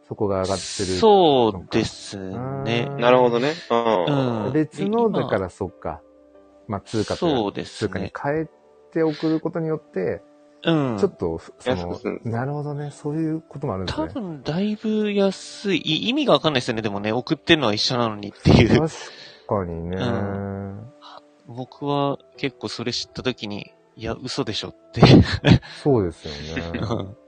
[SPEAKER 2] そこが上がってる。
[SPEAKER 1] そうですね。
[SPEAKER 2] あー
[SPEAKER 3] なるほどね。うん。
[SPEAKER 1] うん
[SPEAKER 2] 別
[SPEAKER 1] で
[SPEAKER 2] の、
[SPEAKER 1] 今
[SPEAKER 2] だからそっか、まあ通貨というか
[SPEAKER 1] そうです
[SPEAKER 2] 通貨に
[SPEAKER 1] ね。
[SPEAKER 2] 変えて送ることによって、
[SPEAKER 1] うん。
[SPEAKER 2] ちょっと、そ
[SPEAKER 3] 安く
[SPEAKER 2] の
[SPEAKER 3] するんで、す
[SPEAKER 2] なるほどね、そういうこともあるんです
[SPEAKER 1] 多
[SPEAKER 2] ね。
[SPEAKER 1] 分、だいぶ安い。い意味がわかんないですよね。でもね、送ってるのは一緒なのにっていう。
[SPEAKER 2] 確かにね。
[SPEAKER 1] う僕は結構それ知った時に、いや、嘘でしょって。
[SPEAKER 2] そうですよね。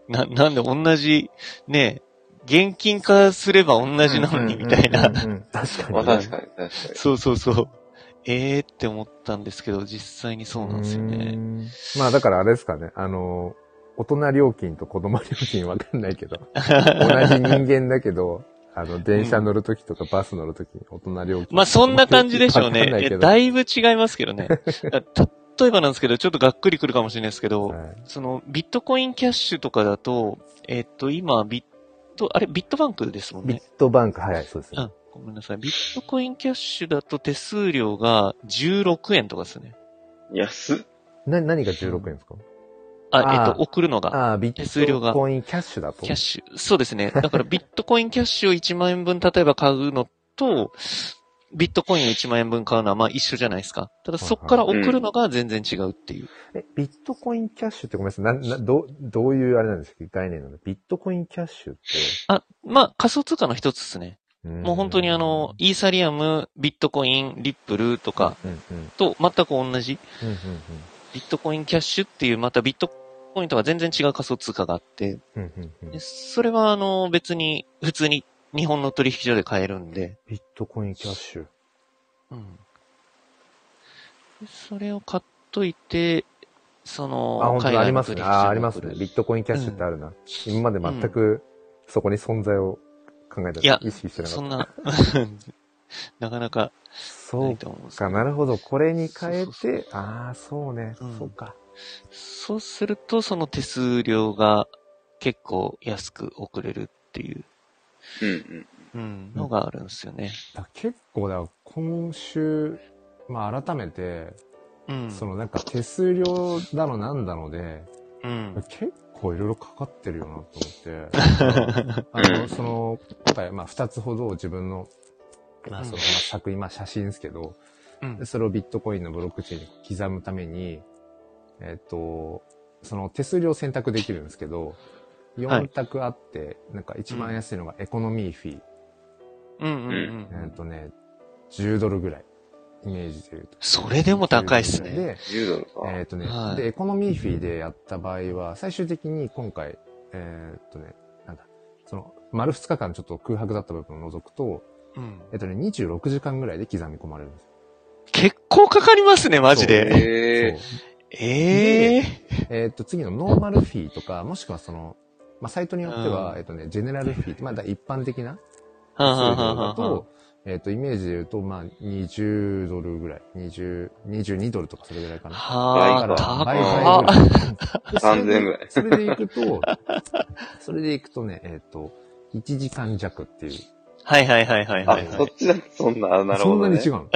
[SPEAKER 1] な、なんで同じ、ね、現金化すれば 同じなのにみたいな。
[SPEAKER 2] うんうんうんうん。確かに、
[SPEAKER 3] ま
[SPEAKER 2] ね。
[SPEAKER 3] あ確かに、確かに。
[SPEAKER 1] そうそうそう。ええー、って思ったんですけど、実際にそうなんですよ
[SPEAKER 2] う
[SPEAKER 1] ね。
[SPEAKER 2] ん。まあだからあれですかね、あの、大人料金と子供料金わかんない けど、同じ人間だけど、あの、電車乗るときとかバス乗るときに大人料金。
[SPEAKER 1] まあそんな感じでしょう
[SPEAKER 2] わかんな
[SPEAKER 1] ね。
[SPEAKER 2] い
[SPEAKER 1] い
[SPEAKER 2] け
[SPEAKER 1] や
[SPEAKER 2] ど。
[SPEAKER 1] だいぶ違いますけどね。 だ例えばなんですけど、ちょっとがっくりくるかもしれないですけど、
[SPEAKER 2] はい
[SPEAKER 1] そのビットコインキャッシュとかだと、えっと、今、ビット、あれ、ビットバンクですもん
[SPEAKER 2] ビッ
[SPEAKER 1] ね。
[SPEAKER 2] トバンク、はい、そうです
[SPEAKER 1] う
[SPEAKER 2] ね。
[SPEAKER 1] ん、ごめんなさい。ビットコインキャッシュだと手数料が16円とかですね。
[SPEAKER 3] 安っ。
[SPEAKER 2] な、何が16円ですか
[SPEAKER 1] あ、えっ
[SPEAKER 2] あー
[SPEAKER 1] と、送るのが、
[SPEAKER 2] ああ、ビッ
[SPEAKER 1] 手数料
[SPEAKER 2] ト
[SPEAKER 1] が
[SPEAKER 2] コインキャッシュだと。
[SPEAKER 1] キャッシュ。そうですね。だからビットコインキャッシュを1万円分例えば買うのと、ビットコインを1万円分買うのはまあ一緒じゃないですか。ただそこから送るのが全然違うっていう。
[SPEAKER 2] え、ビットコインキャッシュってごめんなさい。な、な、どう、どういうあれなんですか概念なのビットコインキャッシュって。
[SPEAKER 1] あ、まあ仮想通貨の一つですね。も
[SPEAKER 2] も
[SPEAKER 1] う本当にあの、、イーサリアム、ビットコイン、リップルとか
[SPEAKER 2] うんうん。
[SPEAKER 1] と全く同じ。
[SPEAKER 2] うんうん
[SPEAKER 1] ビットコインキャッシュっていう、またビットコインとは全然違う仮想通貨があって、
[SPEAKER 2] うん。うんうんうん
[SPEAKER 1] でそれはあの別に普通に日本の取引所で買えるんで、
[SPEAKER 2] ビットコインキャッシュ。
[SPEAKER 1] うん。でそれを買っといて、その、
[SPEAKER 2] あ、本当だあり
[SPEAKER 1] の
[SPEAKER 2] ますね。あ、ありますね。ビットコインキャッシュってあるな。今まで全くそこに存在を考えて、
[SPEAKER 1] いや
[SPEAKER 2] 意識してなか
[SPEAKER 1] そ
[SPEAKER 2] っ
[SPEAKER 1] ん
[SPEAKER 2] た。
[SPEAKER 1] な、 なかなか
[SPEAKER 2] そ
[SPEAKER 1] ないと
[SPEAKER 2] う
[SPEAKER 1] 思うんですけ
[SPEAKER 2] か、
[SPEAKER 1] ど
[SPEAKER 2] なるほど。これに変え
[SPEAKER 1] そうそうそう
[SPEAKER 2] て、ああ、そうね。
[SPEAKER 1] うん
[SPEAKER 2] そうか。
[SPEAKER 1] そうすると、その手数料が結構安く送れるっていう、
[SPEAKER 3] うんうん。
[SPEAKER 1] うん、のがあるんですよね。
[SPEAKER 2] だ結構だ、今週、まあ改めて、
[SPEAKER 1] うん。
[SPEAKER 2] そのなんか手数料だのなんだので、
[SPEAKER 1] うん。
[SPEAKER 2] 結構いろいろかかってるよな と思って。あの、その、今回、まあ、二つほど自分の、まあ、その、まあ作品、まあ、写真ですけど、
[SPEAKER 1] うん
[SPEAKER 2] で。それをビットコインのブロックチェーンに刻むために、えっ、と、その手数料を選択できるんですけど、4択あって、なんか一番安いのがエコノミーフィー。
[SPEAKER 1] うんうんう
[SPEAKER 2] えっ、
[SPEAKER 1] ん。
[SPEAKER 2] とね、10ドルぐらい、イメージで言うと。
[SPEAKER 1] それでも高いっすね
[SPEAKER 2] で、
[SPEAKER 3] 10ドルか。
[SPEAKER 2] えっ、とね、
[SPEAKER 1] はい
[SPEAKER 2] で、エコノミーフィーでやった場合は、最終的に今回、えっ、とね、なんだ、その、丸2日間ちょっと空白だった部分を除くと、
[SPEAKER 1] うん
[SPEAKER 2] えっ、とね、26時間ぐらいで刻み込まれるんですよ。
[SPEAKER 1] 結構かかりますね、マジで。
[SPEAKER 3] ええ
[SPEAKER 2] そう
[SPEAKER 1] ええ
[SPEAKER 2] えーっと、次のノーマルフィーとか、もしくはその、まあ、サイトによっては、
[SPEAKER 1] うん
[SPEAKER 2] えっとね、ジェネラルフィーって、まあ、だ一般的な
[SPEAKER 1] ー。は
[SPEAKER 2] 数
[SPEAKER 1] んはんは
[SPEAKER 2] 量
[SPEAKER 1] んは
[SPEAKER 2] だ
[SPEAKER 1] んはん
[SPEAKER 2] と、えーっと、イメージで言うと、まあ、20ドルぐらい、20、22ドルとかそれぐらいかな。
[SPEAKER 1] はあ、
[SPEAKER 3] 倍
[SPEAKER 1] 高
[SPEAKER 2] 倍
[SPEAKER 1] っ
[SPEAKER 2] 々ぐらい。
[SPEAKER 3] 3000ぐらい
[SPEAKER 2] それで行くと、それで行くとね、えーっと、1時間弱っていう。
[SPEAKER 1] はいはいはいはいはい
[SPEAKER 3] あ、
[SPEAKER 1] は
[SPEAKER 3] そ
[SPEAKER 1] い
[SPEAKER 3] っ。ちだとそんな、あなる
[SPEAKER 2] そ
[SPEAKER 3] ほ
[SPEAKER 2] んな
[SPEAKER 3] ど、
[SPEAKER 2] に
[SPEAKER 3] ね。
[SPEAKER 2] 違うの。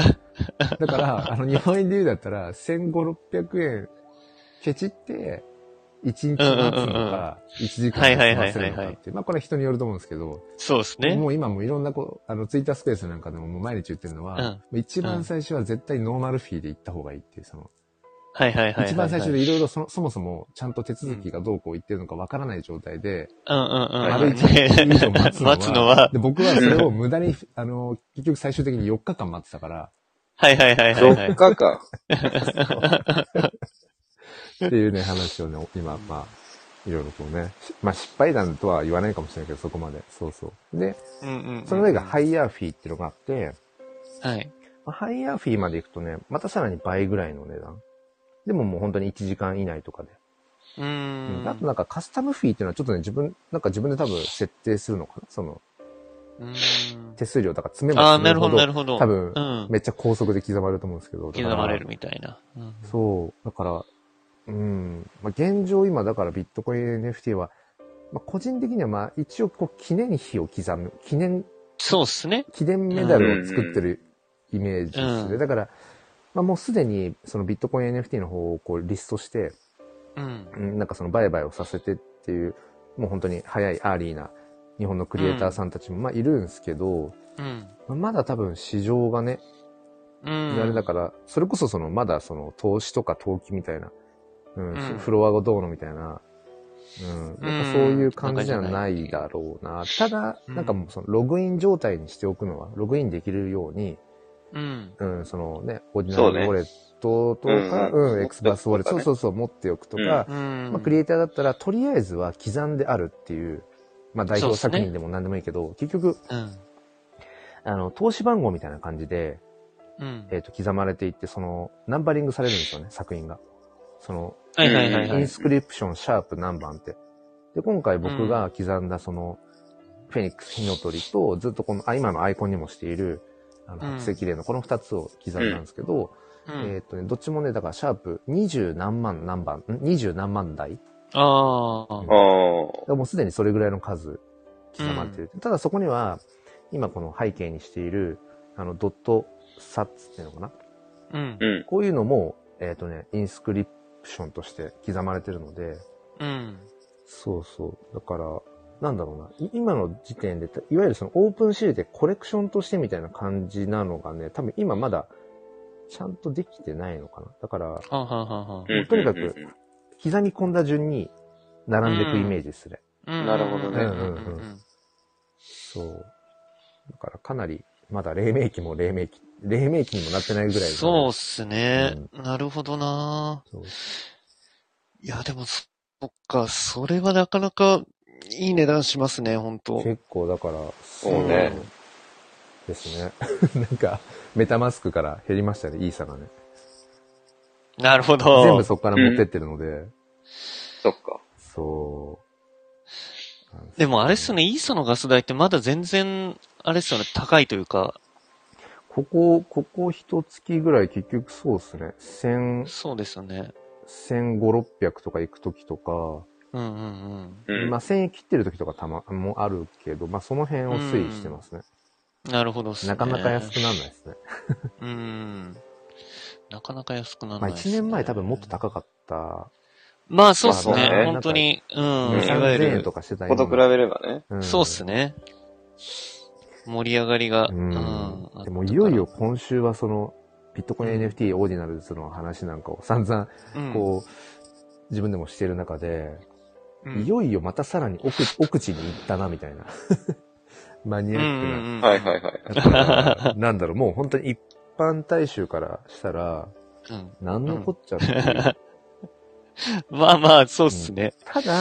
[SPEAKER 2] だから、あの、日本円で言うだったら、1500、600円、ケチって、1日待つ
[SPEAKER 1] うん
[SPEAKER 2] の
[SPEAKER 1] うんうんうん
[SPEAKER 2] か、1時間
[SPEAKER 1] はいはいはい
[SPEAKER 2] 待つのかっていう。まあ、これは人によると思うんですけど、
[SPEAKER 1] そうですね。
[SPEAKER 2] もう今もういろんなこう、あの、ツイッタースペースなんかでももう毎日言ってるのは、
[SPEAKER 1] うん
[SPEAKER 2] もう一番最初は絶対ノーマルフィーで行った方がいいっていう、その、
[SPEAKER 1] はいはいはいはいはい。
[SPEAKER 2] 一番最初で
[SPEAKER 1] うん
[SPEAKER 2] いろいろそそもそもちゃんと手続きがどうこう言ってるのかわからない状態で、
[SPEAKER 1] うんうん。
[SPEAKER 2] 丸一日以上待つのは
[SPEAKER 1] 待つのは、
[SPEAKER 2] で、僕はそれを無駄に、 あの、結局最終的に4日間待ってたから、
[SPEAKER 1] はいはいはいはいはい
[SPEAKER 3] 4。日間。
[SPEAKER 2] っていうね、話 をね、今、まあ、いろいろこうね、しまあ失敗談とは言わないかもしれないけど、そこまで。そうそう。で、
[SPEAKER 1] うんうんうん
[SPEAKER 2] その上がハイヤーフィーっていうのがあって、
[SPEAKER 1] はい。
[SPEAKER 2] まあハイヤーフィーまで行くとね、またさらに倍ぐらいの値段。でももう本当に1時間以内とかで。
[SPEAKER 1] うーん。
[SPEAKER 2] あとなんかカスタムフィーっていうのはちょっとね、自分、なんか自分で多分設定するのかなその、
[SPEAKER 1] うーん
[SPEAKER 2] 手数料だから詰めば
[SPEAKER 1] ああ、
[SPEAKER 2] 詰
[SPEAKER 1] な
[SPEAKER 2] め
[SPEAKER 1] る
[SPEAKER 2] ほ
[SPEAKER 1] ほ
[SPEAKER 2] ど
[SPEAKER 1] ど、なるほど。
[SPEAKER 2] 多分
[SPEAKER 1] うん。
[SPEAKER 2] めっちゃ高速で刻まれると思うんですけど。だか
[SPEAKER 1] 刻
[SPEAKER 2] ら
[SPEAKER 1] まれるみたいな。うん
[SPEAKER 2] そう。だから、うん。まあ、現状今だからビットコイン NFT は、まあ、個人的にはまあ一応こう記念碑を刻む、記念、
[SPEAKER 1] そうっすね。
[SPEAKER 2] 記念メダルを作ってるイメージですね。
[SPEAKER 1] うんうん
[SPEAKER 2] だから、まあもうすでにそのビットコイン NFT の方をこうリストして、
[SPEAKER 1] うん。
[SPEAKER 2] うんなんかその売買をさせてっていう、もう本当に早いアーリーな日本のクリエイターさんたちもまあいるんですけど、
[SPEAKER 1] うん。
[SPEAKER 2] まあまだ多分市場がね、
[SPEAKER 1] うん。
[SPEAKER 2] あれだから、それこそその、まだその、投資とか投機みたいな、うん、
[SPEAKER 1] うん
[SPEAKER 2] フロアがどうのみたいな、うん、なんかそういう感じじゃないだろうな。ただ、
[SPEAKER 1] うん
[SPEAKER 2] なんかもうその、ログイン状態にしておくのは、ログインできるように、
[SPEAKER 1] うん。
[SPEAKER 2] うん、そのね、オーディナ
[SPEAKER 3] そう
[SPEAKER 2] ル
[SPEAKER 3] ね
[SPEAKER 2] ウォレットとか、
[SPEAKER 3] うんうん
[SPEAKER 2] うん、エクスバースウォレット、
[SPEAKER 3] 持
[SPEAKER 2] そう
[SPEAKER 3] っておくとかね
[SPEAKER 2] そうそう、持っておくとか、
[SPEAKER 1] うん。
[SPEAKER 2] まあ、クリエイターだったら、とりあえずは刻んであるっていう、まあ、代表作品でも何でもいいけど、結局、
[SPEAKER 1] うん。
[SPEAKER 2] あの、投資番号みたいな感じで、
[SPEAKER 1] うん。
[SPEAKER 2] えっ、と、刻まれていって、その、ナンバリングされるんですよね、作品が。その、
[SPEAKER 1] はいはいはい
[SPEAKER 2] イ
[SPEAKER 1] は
[SPEAKER 2] ン
[SPEAKER 1] い。
[SPEAKER 2] スクリプション、シャープ何番って。で、今回僕が刻んだ、その、フェニックス火の鳥と、ずっとこの、あ、今のアイコンにもしている、あの、
[SPEAKER 1] うん
[SPEAKER 2] 白石霊のこの二つを刻んだんですけど、
[SPEAKER 1] うん
[SPEAKER 2] えっ、とね、どっちもね、だから、シャープ20何万何番、ん20何万台。だか
[SPEAKER 1] ああ。
[SPEAKER 3] ああ。
[SPEAKER 2] らもうすでにそれぐらいの数、刻まれてる。ただそこには、今この背景にしている、あの、ドットサッツっていうのかな
[SPEAKER 1] うん。
[SPEAKER 3] うん。
[SPEAKER 2] こういうのも、えっ、とね、インスクリプションとして刻まれてるので、
[SPEAKER 1] うん。
[SPEAKER 2] そうそう。だから、なんだろうな。い今の時点で、たいわゆるそのオープンシールでコレクションとしてみたいな感じなのがね、多分今まだ、ちゃんとできてないのかな。だから、
[SPEAKER 1] はあはあはあは
[SPEAKER 3] うん
[SPEAKER 2] とにかく
[SPEAKER 3] うんうん
[SPEAKER 2] 刻み込んだ順に並んでいくイメージですね。
[SPEAKER 1] あ。
[SPEAKER 3] なるほどね
[SPEAKER 1] うんうんうんうん
[SPEAKER 2] そう。だからかなり、まだ黎明期も黎明期、黎明期にもなってないぐらいの、
[SPEAKER 1] そうっすね。なるほどな
[SPEAKER 2] そう。
[SPEAKER 1] いや、でも、そっか、それはなかなかいい値段しますね、本当
[SPEAKER 2] 結構だから、そう
[SPEAKER 3] ね。
[SPEAKER 2] ですね。 なんか、メタマスクから減りましたね、イーサがね。
[SPEAKER 1] なるほど。
[SPEAKER 2] 全部そこから持ってってるので、
[SPEAKER 3] そっか。
[SPEAKER 2] そうなんすよね。
[SPEAKER 1] でもあれっすね、イーサのガス代ってまだ全然、あれっすよね、高いというか、
[SPEAKER 2] ここ、ここ一月ぐらい結局そうですね。千、
[SPEAKER 1] そうですよね。
[SPEAKER 2] 千五六百とか行くときとか、
[SPEAKER 1] うんうん
[SPEAKER 3] うん
[SPEAKER 2] ま。あ千円切ってるときとかたま、もあるけど、まあその辺を推移してますね。
[SPEAKER 1] うん。なるほどっすね。
[SPEAKER 2] なかなか安くならないですね。
[SPEAKER 1] うん。なかなか安くならな
[SPEAKER 2] まあ
[SPEAKER 1] いっす
[SPEAKER 2] 一
[SPEAKER 1] ね、
[SPEAKER 2] 年前多分もっと高かった。
[SPEAKER 1] まあそうっすね、
[SPEAKER 3] まあそうね
[SPEAKER 1] 本当に、うん、
[SPEAKER 2] うん、
[SPEAKER 1] いわゆ
[SPEAKER 2] 3000円
[SPEAKER 1] る
[SPEAKER 2] と、かしてた
[SPEAKER 3] こ
[SPEAKER 2] 今
[SPEAKER 3] と比べればね。
[SPEAKER 2] うん
[SPEAKER 1] そうっすね。盛り上がりが、う。
[SPEAKER 2] うんん
[SPEAKER 1] あったから
[SPEAKER 2] でもいよいよ、今週はその、ビットコイン NFT オーディナルズの話なんかを散々、
[SPEAKER 1] うん
[SPEAKER 2] こう、自分でもしてる中で、
[SPEAKER 1] うん
[SPEAKER 2] いよいよまたさらに奥、 奥地に行ったな、みたいな。 マニアックな。
[SPEAKER 1] うん
[SPEAKER 3] はいはいはい。
[SPEAKER 2] だからなんだろう、もう本当に一般大衆からしたら、
[SPEAKER 1] うん
[SPEAKER 2] なんのこっちゃっていう。
[SPEAKER 1] まあまあ、そうっすね。
[SPEAKER 2] ただ、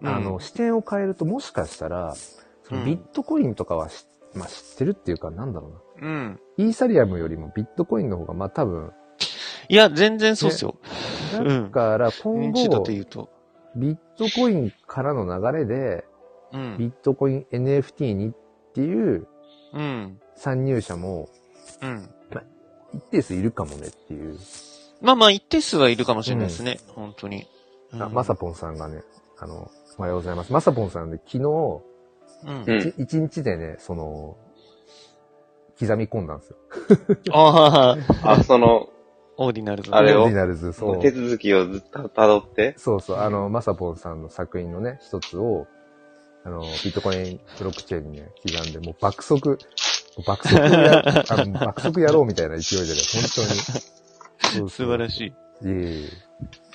[SPEAKER 1] うん
[SPEAKER 2] あの、視点を変えるともしかしたら、そのビットコインとかはし、まあ知ってるっていうか、なんだろうな。
[SPEAKER 1] うん。
[SPEAKER 2] イーサリアムよりもビットコインの方が、まあ多分、
[SPEAKER 1] いや、全然そうっすよ。
[SPEAKER 2] だから今
[SPEAKER 1] 認知度
[SPEAKER 2] 後
[SPEAKER 1] で、言うと。
[SPEAKER 2] ビットコインからの流れで、
[SPEAKER 1] う
[SPEAKER 2] ビ
[SPEAKER 1] ん。
[SPEAKER 2] ットコイン NFT にっていう
[SPEAKER 1] うん。
[SPEAKER 2] 参入者も
[SPEAKER 1] うん。
[SPEAKER 2] 一定数いるかもねっていう。
[SPEAKER 1] まあまあ、一定数はいるかもしれないですね、本当に。
[SPEAKER 2] あ、まさ
[SPEAKER 1] ぽ
[SPEAKER 2] ぽんさんがね、あの、おはようございます。まさぽんさんで昨日、
[SPEAKER 1] うん。
[SPEAKER 3] うん
[SPEAKER 2] 一一日でね、その、刻み込んだんですよ。
[SPEAKER 1] ああ、
[SPEAKER 3] あ、その、
[SPEAKER 1] オーディナルズ。
[SPEAKER 3] あれを
[SPEAKER 2] オーディナルズ、そう
[SPEAKER 3] 手。続きをずっと辿って。
[SPEAKER 2] そうそう、あの、まさぽんさんの作品のね、一つを、あの、ビットコインブロックチェーンにね、刻んで、もう爆速、 爆速や、あの爆速やろうみたいな勢いでね、本当に。
[SPEAKER 1] 素晴らしい。
[SPEAKER 2] いえいえ。
[SPEAKER 1] で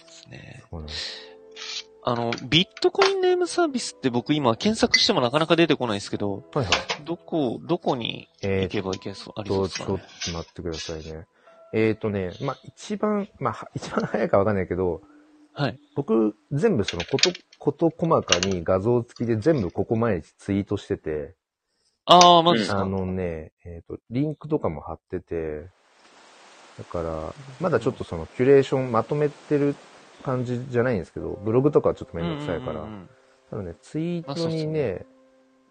[SPEAKER 1] すね。
[SPEAKER 2] そうなんです
[SPEAKER 1] あの、ビットコインネームサービスって僕今検索してもなかなか出てこないですけど、
[SPEAKER 2] はいはい。
[SPEAKER 1] どこ、どこに
[SPEAKER 2] え
[SPEAKER 1] 行
[SPEAKER 2] ー、
[SPEAKER 1] けば行けそう、ありそう
[SPEAKER 2] と、
[SPEAKER 1] です
[SPEAKER 2] ち
[SPEAKER 1] か
[SPEAKER 2] ょ
[SPEAKER 1] ね
[SPEAKER 2] っ。と待ってくださいね。えっ、ー、とね、まあ、一番、まあ、は一番早いかわかんないけど、
[SPEAKER 1] はい。
[SPEAKER 2] 僕、全部その、こと、こと細かに画像付きで全部ここ毎日ツイートしてて、
[SPEAKER 1] ああ、マジですか。
[SPEAKER 2] あのね、えっ、と、リンクとかも貼ってて、だから、まだちょっとその、キュレーションまとめてる感じじゃないんですけど、ブログとかはちょっとめんどくさいから、
[SPEAKER 1] うんうんうんうん
[SPEAKER 2] ただね、ツイートに
[SPEAKER 1] まあ
[SPEAKER 2] ね、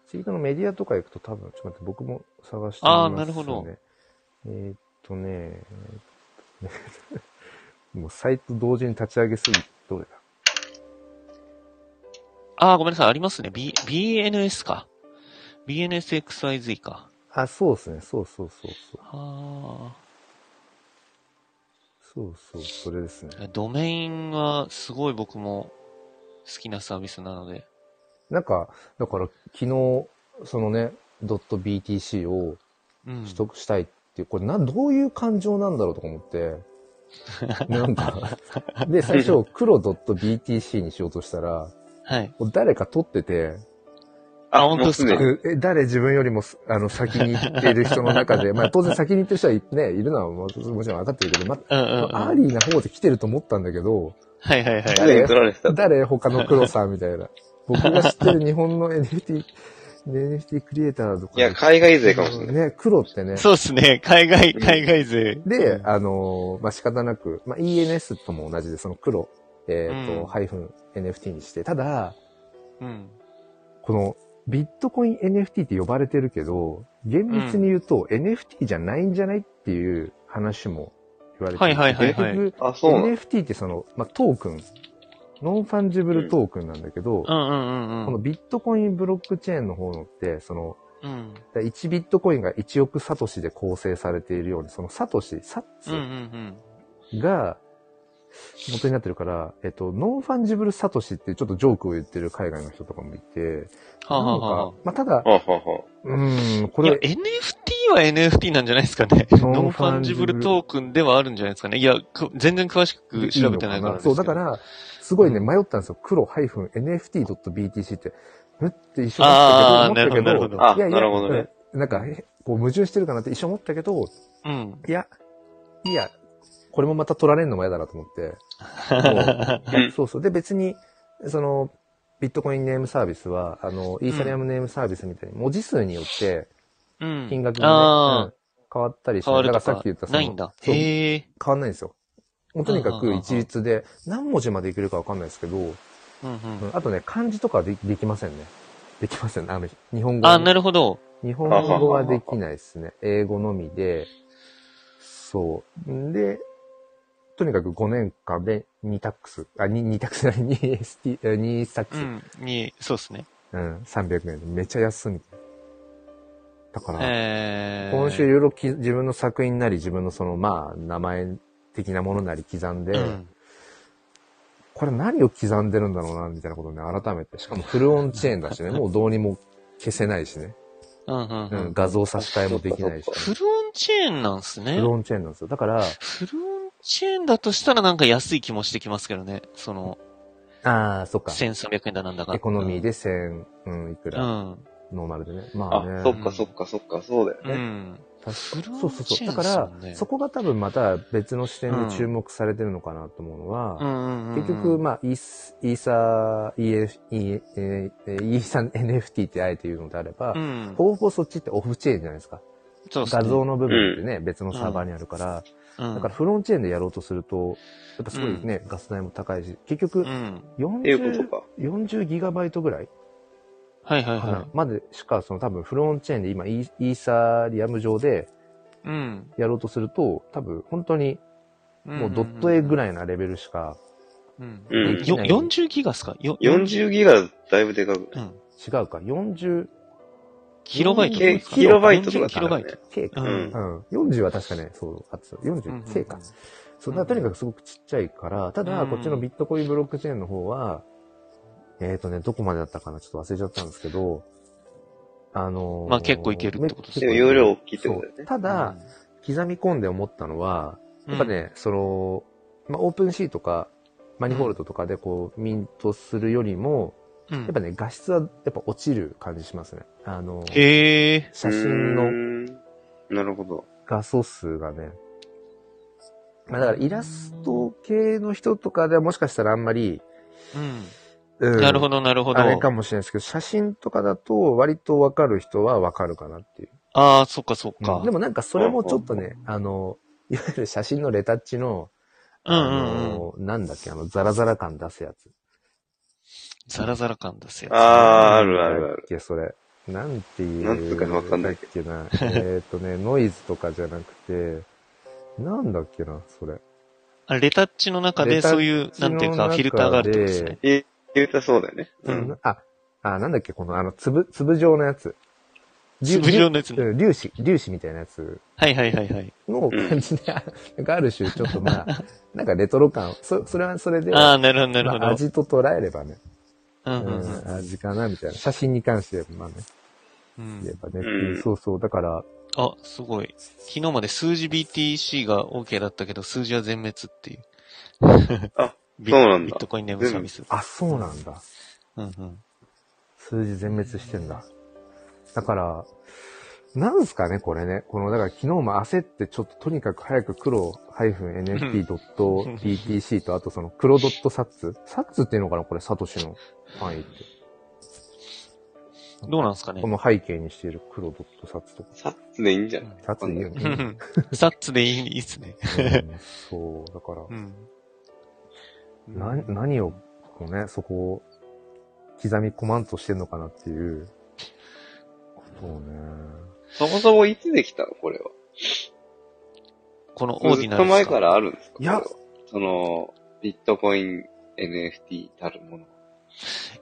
[SPEAKER 2] ツイートのメディアとか行くと多分、ちょっと待って、僕も探してみます、
[SPEAKER 1] あ
[SPEAKER 2] ね。
[SPEAKER 1] ーなるほど。
[SPEAKER 2] えーっとね、 えーっともうサイト同時に立ち上げすぎ、どれだ
[SPEAKER 1] ああ、ごめんなさい、ありますね。B、BNS か。BNSXIZ か。
[SPEAKER 2] あ、そうですね、そうそうそうそう。
[SPEAKER 1] あ
[SPEAKER 2] そうそう、それですね。
[SPEAKER 1] あ。ドメインはすごい僕も好きなサービスなので。
[SPEAKER 2] なんか、だから昨日、そのね、ドット .btc を
[SPEAKER 1] うん。
[SPEAKER 2] 取得したいっていう、これな、どういう感情なんだろうとか思 って、なんか、で、最初、黒 .btc にしようとしたら、
[SPEAKER 1] はい。
[SPEAKER 2] もう誰か撮ってて、
[SPEAKER 1] あ本当
[SPEAKER 3] も
[SPEAKER 1] で
[SPEAKER 3] う
[SPEAKER 1] す
[SPEAKER 3] す
[SPEAKER 1] か
[SPEAKER 3] でに。
[SPEAKER 2] うえ誰自分よりもすあの先に行ってる人の中 で、まあ当然先に行ってる人はい,、ね、いるのはもうもちろん分かってるけど、ま
[SPEAKER 1] うんうん、うん。
[SPEAKER 2] まあ、アーリーな方で来てると思ったんだけど、
[SPEAKER 1] はいはいはい。
[SPEAKER 3] すでに取られてた。
[SPEAKER 2] 誰他の黒さんみたいな。僕が知ってる日本の NFT、NFT クリエイターとか。
[SPEAKER 3] いや、海外勢かもしれない。
[SPEAKER 2] ね、黒ってね。
[SPEAKER 1] そうですね。海外、海外勢。
[SPEAKER 2] で、あのーまあ、仕方なく、まあ、ENS とも同じで、その黒、えっ、と、
[SPEAKER 1] うん
[SPEAKER 2] ハイフン NFT にして、ただ、
[SPEAKER 1] うん。
[SPEAKER 2] このビットコイン NFT って呼ばれてるけど、厳密に言うと NFT じゃないんじゃないっていう話も言われて
[SPEAKER 1] はい
[SPEAKER 2] る。
[SPEAKER 1] はいはいはい
[SPEAKER 2] 結
[SPEAKER 3] あ、そうな
[SPEAKER 2] 局、
[SPEAKER 3] の
[SPEAKER 2] NFT ってその、まあ、トークン、ノンファンジブルトークンなんだけ
[SPEAKER 1] うんうんうん
[SPEAKER 2] ど、こ
[SPEAKER 1] う
[SPEAKER 2] の
[SPEAKER 1] ん。
[SPEAKER 2] ビットコインブロックチェーンの方のって、その、
[SPEAKER 1] うん。
[SPEAKER 2] 1ビットコインが1億サトシで構成されているように、そのサトシ、サッ
[SPEAKER 1] うんうんう
[SPEAKER 2] ツ
[SPEAKER 1] ん。
[SPEAKER 2] が元になってるから、えっと、ノンファンジブルサトシっていうちょっとジョークを言ってる海外の人とかもいて、
[SPEAKER 1] はあ、はあはあ
[SPEAKER 2] なんか、まあ、ただ、
[SPEAKER 3] はあはあは
[SPEAKER 2] うーん、こ
[SPEAKER 1] いや、
[SPEAKER 2] れ、
[SPEAKER 1] NFT は NFT なんじゃないですかね。
[SPEAKER 2] ノン
[SPEAKER 1] ノンファンジブルトークンではあるんじゃないですかね。いや、く全然詳しく調べてないからですけ
[SPEAKER 2] そ
[SPEAKER 1] ど。
[SPEAKER 2] う、だから、すごいね、
[SPEAKER 1] う
[SPEAKER 2] 迷ったんですよ。黒 -nft.btc って、むって一緒
[SPEAKER 1] あ
[SPEAKER 2] 思
[SPEAKER 1] ー
[SPEAKER 2] ったけど、思
[SPEAKER 1] なる
[SPEAKER 2] っ
[SPEAKER 1] ほ
[SPEAKER 2] た
[SPEAKER 1] ど
[SPEAKER 2] け
[SPEAKER 1] なるほど、
[SPEAKER 2] ど
[SPEAKER 3] あなるほどね
[SPEAKER 2] うんなんか、えこう矛盾してるかなって一緒思ったけど、
[SPEAKER 1] うん。
[SPEAKER 2] いや、いや、これもまた取られるのも嫌だなと思って。
[SPEAKER 3] うん
[SPEAKER 2] そうそう。で、別に、その、ビットコインネームサービスは、あの、イーサリアムネームサービスみたいに文字数によって
[SPEAKER 1] うん。
[SPEAKER 2] 金額
[SPEAKER 1] あ
[SPEAKER 2] が、ねうん変わったりし
[SPEAKER 1] 変わ
[SPEAKER 2] ない。
[SPEAKER 1] る
[SPEAKER 2] だ
[SPEAKER 1] と
[SPEAKER 2] から
[SPEAKER 1] か
[SPEAKER 2] さっき言ったその
[SPEAKER 1] ないんだ。
[SPEAKER 2] そう
[SPEAKER 1] へえ。
[SPEAKER 2] 変わんないんですよ。もうとにか
[SPEAKER 1] うんうんう
[SPEAKER 2] く
[SPEAKER 1] んうん
[SPEAKER 2] 一律で、何文字までいけるかわかんないですけど、
[SPEAKER 1] うんうん。
[SPEAKER 2] あとね、漢字とかはでできませんね。できませんね。あの、日本語は
[SPEAKER 1] あ、なるほど。
[SPEAKER 2] 日本語はできないですね。英語のみで、そう。んで、とにかく5年間で2タックス、あ、2, 2タックスじゃない、2ST、え2サック
[SPEAKER 1] う
[SPEAKER 2] ス、
[SPEAKER 1] ん。に、そうですね。
[SPEAKER 2] うん、300円でめっちゃ安いみたいな。だから、
[SPEAKER 1] えー。
[SPEAKER 2] 今週いろいろき自分の作品なり、自分のその、まあ、名前的なものなり刻んで、
[SPEAKER 1] うん。
[SPEAKER 2] これ何を刻んでるんだろうな、みたいなことをね、改めて。しかもフルオンチェーンだし ね、もうどうにも消せないしね。
[SPEAKER 1] うんうんう
[SPEAKER 2] うんん、。画像差し替えもできないし、
[SPEAKER 1] フルオンチェーンなんですね。
[SPEAKER 2] フルオンチェーンなんですよ。だから、
[SPEAKER 1] フルオンチェーンだとしたらなんか安い気もしてきますけどね。その、
[SPEAKER 2] ああ、そっか。
[SPEAKER 1] 1300円だなんだか。
[SPEAKER 2] エコノミーで1000、うん、いく
[SPEAKER 1] う
[SPEAKER 2] ら、
[SPEAKER 1] ん。
[SPEAKER 2] ノーマルでね。まあね。
[SPEAKER 3] あ、そっかそっかそっか、そうだよ
[SPEAKER 1] う
[SPEAKER 3] ね。
[SPEAKER 1] ん。
[SPEAKER 2] 確か
[SPEAKER 1] フルオン
[SPEAKER 2] そうそう
[SPEAKER 1] チ
[SPEAKER 2] そ
[SPEAKER 1] ェー
[SPEAKER 2] う。だ
[SPEAKER 1] ン
[SPEAKER 2] か
[SPEAKER 1] ですも
[SPEAKER 2] ら
[SPEAKER 1] んね、
[SPEAKER 2] そこが多分また別の視点で注目されてるのかなと思うのは、
[SPEAKER 1] うんうんうん。
[SPEAKER 2] 結局、、まあ、イース、イーサー、イーイーえーイーサ NFT ってあえて言うのであれば、
[SPEAKER 1] うん。
[SPEAKER 2] ほぼほぼそっちってオフチェーンじゃないですか。
[SPEAKER 1] そうっすね
[SPEAKER 2] 画像の部分ってね、別のサーバーにあるから、
[SPEAKER 1] うん
[SPEAKER 2] だからフロンチェーンでやろうとすると、やっぱすごいね、ガス代も高いし、結局
[SPEAKER 1] うん。
[SPEAKER 3] っていう
[SPEAKER 2] 40
[SPEAKER 3] こ、と
[SPEAKER 2] 40ギガバイトぐらい
[SPEAKER 1] はいはい
[SPEAKER 2] かな
[SPEAKER 1] は
[SPEAKER 2] までしか、その多分フロンチェーンで今イー、イーサリアム上で
[SPEAKER 1] い。うん。
[SPEAKER 2] やろうとすると、多分本当にもうドット絵ぐらいなレベルしか
[SPEAKER 1] うん。
[SPEAKER 3] うん
[SPEAKER 2] でき
[SPEAKER 1] よ、
[SPEAKER 2] ない。
[SPEAKER 1] 40ギガっすかよ、
[SPEAKER 3] か。40ギガだいぶでかく
[SPEAKER 1] う
[SPEAKER 3] ない
[SPEAKER 1] ん。
[SPEAKER 2] 違うか、40、
[SPEAKER 1] キロバイトとかですか
[SPEAKER 3] キロバイトとか
[SPEAKER 1] 40キロバイト。
[SPEAKER 2] K
[SPEAKER 1] う
[SPEAKER 2] か。
[SPEAKER 1] ん。
[SPEAKER 2] うん。40は確かね、そう、あってた。40、K か。そう、だからとにかくすごくちっちゃいから、ただ、
[SPEAKER 1] うん
[SPEAKER 2] こっちのビットコインブロックチェーンの方は、えっ、ー、とね、どこまでだったかなちょっと忘れちゃったんですけど、あのー
[SPEAKER 1] まあ結構いけるってことです
[SPEAKER 3] ねでも容量大きいってことだよね
[SPEAKER 2] そうただ、刻み込んで思ったのは、やっぱね、その、まあ、オープンシーとか、マニフォールドとかでこう、ミントするよりも、
[SPEAKER 1] うん
[SPEAKER 2] やっぱね、画質はやっぱ落ちる感じしますね。あの、
[SPEAKER 1] へえ。
[SPEAKER 2] 写真の
[SPEAKER 3] の。なるほど。
[SPEAKER 2] 画素数がね。まあ、だからイラスト系の人とかではもしかしたらあんまり、
[SPEAKER 1] うん。
[SPEAKER 2] うん
[SPEAKER 1] なるほど、なるほど。
[SPEAKER 2] あれかもしれないですけど、写真とかだと割とわかる人はわかるかなっていう。
[SPEAKER 1] ああ、そっかそっか。
[SPEAKER 2] でもなんかそれもちょっとね、あの、いわゆる写真のレタッチの、
[SPEAKER 1] うん
[SPEAKER 2] あ
[SPEAKER 1] うんうん。
[SPEAKER 2] の、なんだっけ、あの、ザラザラ感出すやつ。
[SPEAKER 1] ザラザラ感ですよ。
[SPEAKER 3] ああ、あるあるあ
[SPEAKER 2] なんだ
[SPEAKER 3] る
[SPEAKER 2] っ。け、それ。なんていう。
[SPEAKER 3] なんつうかわかんないけ
[SPEAKER 2] ど。だっけな。えっとね、ノイズとかじゃなくて、なんだっけな、それ。
[SPEAKER 1] あレタッチの中でそういう、なんていうか、フィルターがあるってことですね。
[SPEAKER 3] え、言うたそうだよね。うん。
[SPEAKER 2] あ、あ、なんだっけ、この、あの、粒、粒状のやつ。粒
[SPEAKER 1] 粒状のやつね
[SPEAKER 2] 粒子、粒子みたいなやつ
[SPEAKER 1] はいはいはいはい。
[SPEAKER 2] の感じで、 なんかある種、ちょっ とまあ、なんかレトロ感、そ、それはそれで、
[SPEAKER 1] ああ、なるほどな
[SPEAKER 2] ま
[SPEAKER 1] るほ
[SPEAKER 2] あ、
[SPEAKER 1] ど。
[SPEAKER 2] 味と捉えればね、
[SPEAKER 1] うんう
[SPEAKER 2] うん
[SPEAKER 1] うん
[SPEAKER 2] ん、味かな、みたいな。写真に関しては、まあね、
[SPEAKER 1] うん
[SPEAKER 2] 言えばね、
[SPEAKER 3] うん
[SPEAKER 2] そうそう、だから、
[SPEAKER 1] あ、すごい。昨日まで数字 BTC が OK だったけど、数字は全滅っていう。
[SPEAKER 3] あ、
[SPEAKER 1] ビ
[SPEAKER 3] そうなん
[SPEAKER 1] ビ
[SPEAKER 3] だ
[SPEAKER 1] ットコインネームサービス。
[SPEAKER 2] あ、そうなんだ。
[SPEAKER 1] うんうん。
[SPEAKER 2] 数字全滅してんだ。だから、なんすかね、これね。この、だから昨日も焦って、ちょっととにかく早く黒 -nft.btc と、あとその黒ドットサッツ。サッツっていうのかなこれ、サトシの範囲って。
[SPEAKER 1] どうなんですかね
[SPEAKER 2] こ。の背景にしている黒ドットサッツとか。
[SPEAKER 3] サッツでいいんじゃない
[SPEAKER 2] サッツでいいよ
[SPEAKER 1] う
[SPEAKER 2] ね。
[SPEAKER 1] んサッツでいいいいっすね。
[SPEAKER 2] うんそう、だから
[SPEAKER 1] う、ん。
[SPEAKER 2] な、何を、こうね、そこを、刻み込まんとしてんのかなっていう、ことをね。
[SPEAKER 3] そもそもいつできたのこれは。
[SPEAKER 1] このオー
[SPEAKER 3] ず
[SPEAKER 1] ディ
[SPEAKER 3] っ
[SPEAKER 1] ナル
[SPEAKER 3] と
[SPEAKER 1] ス
[SPEAKER 3] 前からあるんですか
[SPEAKER 2] いや
[SPEAKER 3] これはその、ビットコイン NFT たるもの。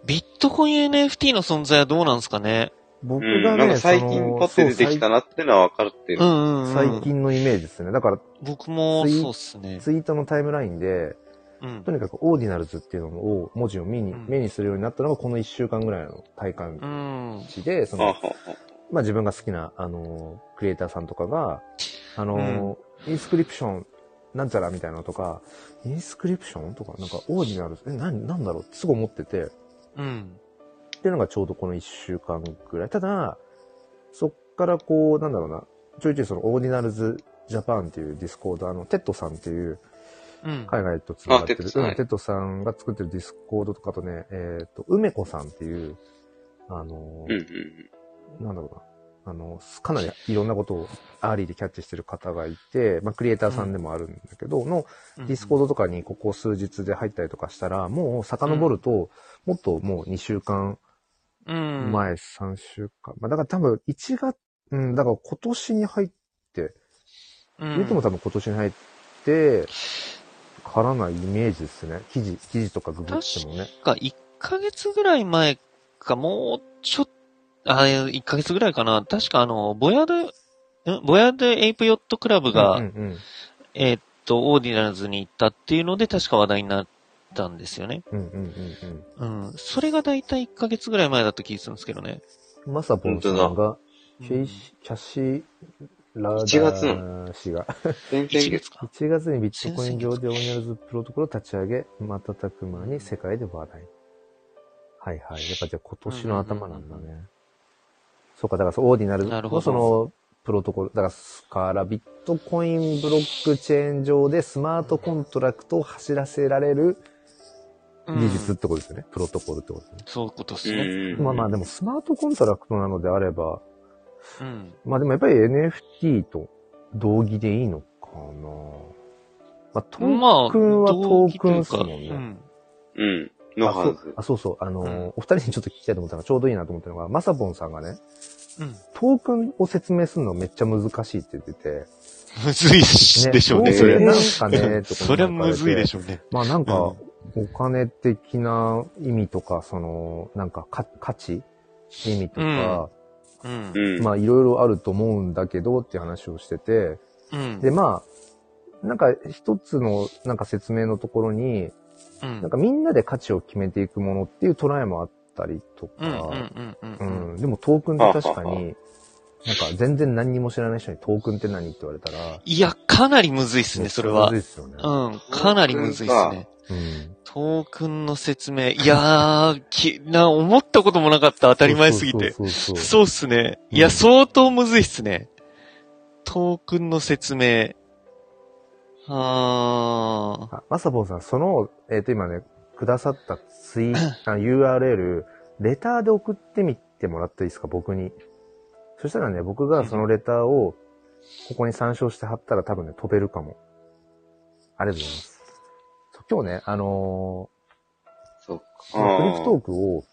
[SPEAKER 1] ビットコイン NFT の存在はどうなんですかね
[SPEAKER 2] 僕
[SPEAKER 3] うん。
[SPEAKER 2] が
[SPEAKER 3] なん
[SPEAKER 2] ね、
[SPEAKER 3] か最近ポって出てきたなってのは分かってる
[SPEAKER 1] う。んうん、うん。
[SPEAKER 2] 最。近のイメージですね。だから、
[SPEAKER 1] 僕もそうっすね。
[SPEAKER 2] ツイートのタイムラインで、
[SPEAKER 1] うん
[SPEAKER 2] と。にかくオーディナルズっていうのを、文字を目に、
[SPEAKER 1] うん
[SPEAKER 2] 目にするようになったのが、この1週間ぐらいの体
[SPEAKER 1] う
[SPEAKER 2] 感
[SPEAKER 1] ん。
[SPEAKER 2] 値で、そ
[SPEAKER 3] あは
[SPEAKER 2] の、
[SPEAKER 3] は
[SPEAKER 2] まあ、自分が好きな、あの、クリエイターさんとかが、あの、インスクリプション、なんちゃらみたいなのとか、インスクリプションとか、なんか、オーディナルズ、え、な、なんだろうってすぐ思ってて、っ
[SPEAKER 1] うん。
[SPEAKER 2] ていうのがちょうどこの1週間ぐらい。ただ、そっからこう、なんだろうな、ちょいちょいその、オーディナルズジャパンっていうディスコード、あの、テッドさんっていう、
[SPEAKER 1] うん。
[SPEAKER 2] 海外と繋がって
[SPEAKER 3] あテ
[SPEAKER 2] る。
[SPEAKER 3] ッドさん
[SPEAKER 2] う
[SPEAKER 3] は
[SPEAKER 2] ん
[SPEAKER 3] い
[SPEAKER 2] テッドさんが作ってるディスコードとかあとね、えっ、と、梅子さんっていう、あの
[SPEAKER 3] うんう
[SPEAKER 2] ー
[SPEAKER 3] んうん。
[SPEAKER 2] なんだろうな。あの、かなりいろんなことをアーリーでキャッチしてる方がいて、まあ、クリエイターさんでもあるんだけど、の
[SPEAKER 1] デ
[SPEAKER 2] ディスコードとかにここ数日で入ったりとかしたら、もう遡ると、もっともう2週間
[SPEAKER 1] ド。うん。
[SPEAKER 2] 前、3週間。まあ、だから多分1月、うん、だから今年に入って、
[SPEAKER 1] うん。
[SPEAKER 2] 言うても多分今年に入って、からなイメージですね。記事、記事とかググってもね。
[SPEAKER 1] か、1ヶ月ぐらい前か、もうちょっと、あ、1ヶ月ぐらいかな。確かあの、ボヤド、んボヤドエイプヨットクラブが、
[SPEAKER 2] うんうん
[SPEAKER 1] えーっと、オーディナルズに行ったっていうので、確か話題になったんですよね。
[SPEAKER 2] うんうんうん
[SPEAKER 1] うん。それがだいたい1ヶ月ぐらい前だった気がするんですけどね。
[SPEAKER 2] うん。まさぽんさんが、キャシキャシラダ
[SPEAKER 3] 1月
[SPEAKER 2] ー氏が、
[SPEAKER 3] 全
[SPEAKER 1] 1
[SPEAKER 3] 然
[SPEAKER 1] 月か。
[SPEAKER 2] 1月にビットコイン上でオーニャルズプロトコルを立ち上げ、瞬く間に世界で話題。はいはい。やっぱじゃあ今年の頭なんだ
[SPEAKER 1] うん
[SPEAKER 2] ね。そうか、だからそうオーディナルズ
[SPEAKER 1] なるほど
[SPEAKER 2] のそのプロトコル、だからスカラビットコインブロックチェーン上でスマートコントラクトを走らせられる
[SPEAKER 1] うん
[SPEAKER 2] 技術ってことですよね。プロトコルってことですね。
[SPEAKER 1] そういうことですね。
[SPEAKER 3] うん
[SPEAKER 2] まあまあでもスマートコントラクトなのであれば、
[SPEAKER 1] うん。
[SPEAKER 2] まあでもやっぱり NFT と同義でいいのかな。まあトークンはトークンですもんね。
[SPEAKER 3] うん。の
[SPEAKER 2] あ
[SPEAKER 3] は
[SPEAKER 2] そう
[SPEAKER 3] ず。
[SPEAKER 2] あ、そうそう。あのー、
[SPEAKER 1] うん
[SPEAKER 2] お二人にちょっと聞きたいと思ったのがちょうどいいなと思ったのが、まさぼんさんがね、
[SPEAKER 1] うん。うん。
[SPEAKER 2] トークンを説明するのめっちゃ難しいって言ってて。
[SPEAKER 1] むずいしでしょうね、
[SPEAKER 2] ト
[SPEAKER 1] そ
[SPEAKER 2] ークン
[SPEAKER 1] れ。
[SPEAKER 2] なんかね、と か
[SPEAKER 1] それはむずいで
[SPEAKER 2] ょ。
[SPEAKER 1] しょうね。
[SPEAKER 2] まあなんか、
[SPEAKER 1] うん
[SPEAKER 2] お金的な意味とか、その、なんかか価値意味とか、
[SPEAKER 1] うん
[SPEAKER 3] う。ん。
[SPEAKER 2] まあいろいろあると思うんだけどっていう話をしてて、
[SPEAKER 1] うん。
[SPEAKER 2] で、まあ、なんか一つのなんか説明のところに、
[SPEAKER 1] うん
[SPEAKER 2] なんかみんなで価値を決めていくものっていう捉えもあったりと
[SPEAKER 1] うんうん
[SPEAKER 2] か、
[SPEAKER 1] うんうん
[SPEAKER 2] う
[SPEAKER 1] うん。
[SPEAKER 2] ん、でもトークンって確か
[SPEAKER 3] ははは
[SPEAKER 2] に、なんか全然何にも知らない人にトークンって何って言われたら。
[SPEAKER 1] いや、かなりむずいっすね、それは
[SPEAKER 2] むず。いっすよね。
[SPEAKER 1] うん、かなりむずいっすね。
[SPEAKER 2] うん。
[SPEAKER 1] トークンの説明。いやー、き、な、思ったこともなかった。当たり前すぎて。
[SPEAKER 2] そうそうそうそう
[SPEAKER 1] そうっすね。いうや、
[SPEAKER 2] ん
[SPEAKER 1] 相当むずいっすね。トークンの説明。あー。
[SPEAKER 2] あまさぼうさん、その、えっ、と、今ね、くださったツ イあ URL、レターで送ってみてもらっていいですか、僕に。そしたらね、僕がそのレターを、ここに参照して貼ったら多分ね、飛べるかも。ありがとうございます。そう今日ね、あの
[SPEAKER 3] そっか。
[SPEAKER 2] ーこのクリフトークを、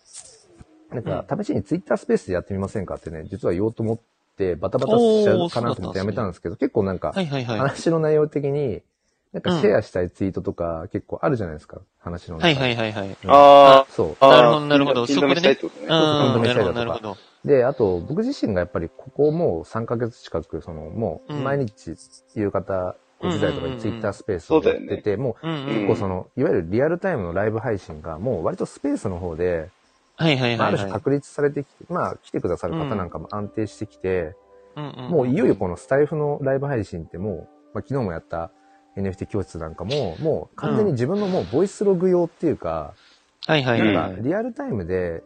[SPEAKER 2] なん
[SPEAKER 1] う
[SPEAKER 2] か、試しにツイッタースペースでやってみませんかってね、実は言おうと思って、バタバタしちゃうかなと思ってやめたんですけど、結構なんか、
[SPEAKER 1] はいはいはい。
[SPEAKER 2] 話の内容的に、なんかシェアしたいツイートとか結構あるじゃないですか、話の
[SPEAKER 1] は
[SPEAKER 2] 中
[SPEAKER 1] い
[SPEAKER 2] で。
[SPEAKER 1] はいはいはい。
[SPEAKER 2] うん
[SPEAKER 3] あ
[SPEAKER 2] そ
[SPEAKER 3] あ、
[SPEAKER 1] なるほどなるほど
[SPEAKER 3] ピン
[SPEAKER 1] そこ
[SPEAKER 3] 止め
[SPEAKER 1] でね
[SPEAKER 3] したいってことね。
[SPEAKER 1] あ
[SPEAKER 2] う
[SPEAKER 1] ー、
[SPEAKER 2] ん
[SPEAKER 1] なるほどなるほど。
[SPEAKER 2] う。で、あと、僕自身がやっぱりここもう3ヶ月近く、その、もう、
[SPEAKER 1] うん
[SPEAKER 2] 毎日、夕方、5時台とかにツイッタースペースを
[SPEAKER 3] うんうん
[SPEAKER 2] や
[SPEAKER 3] う
[SPEAKER 2] っ
[SPEAKER 3] ん
[SPEAKER 2] てて、も
[SPEAKER 1] うん
[SPEAKER 2] う、
[SPEAKER 1] うん
[SPEAKER 2] 結。構その、いわゆるリアルタイムのライブ配信が、もう割とスペースの方で、
[SPEAKER 1] はいはいは
[SPEAKER 2] まああ
[SPEAKER 1] い
[SPEAKER 2] る
[SPEAKER 1] は
[SPEAKER 2] 種
[SPEAKER 1] い。
[SPEAKER 2] 確立されてきて、まあ、来てくださる方なんかも安定してきて、も
[SPEAKER 1] も
[SPEAKER 2] ういよいよこのスタイフのライブ配信ってもう、まあ、昨日もやった NFT 教室なんかも、もう完全に自分のもうボイスログ用っていうか、
[SPEAKER 1] はいはいはい
[SPEAKER 2] な
[SPEAKER 1] は
[SPEAKER 2] んか
[SPEAKER 1] い。
[SPEAKER 2] リアルタイムで、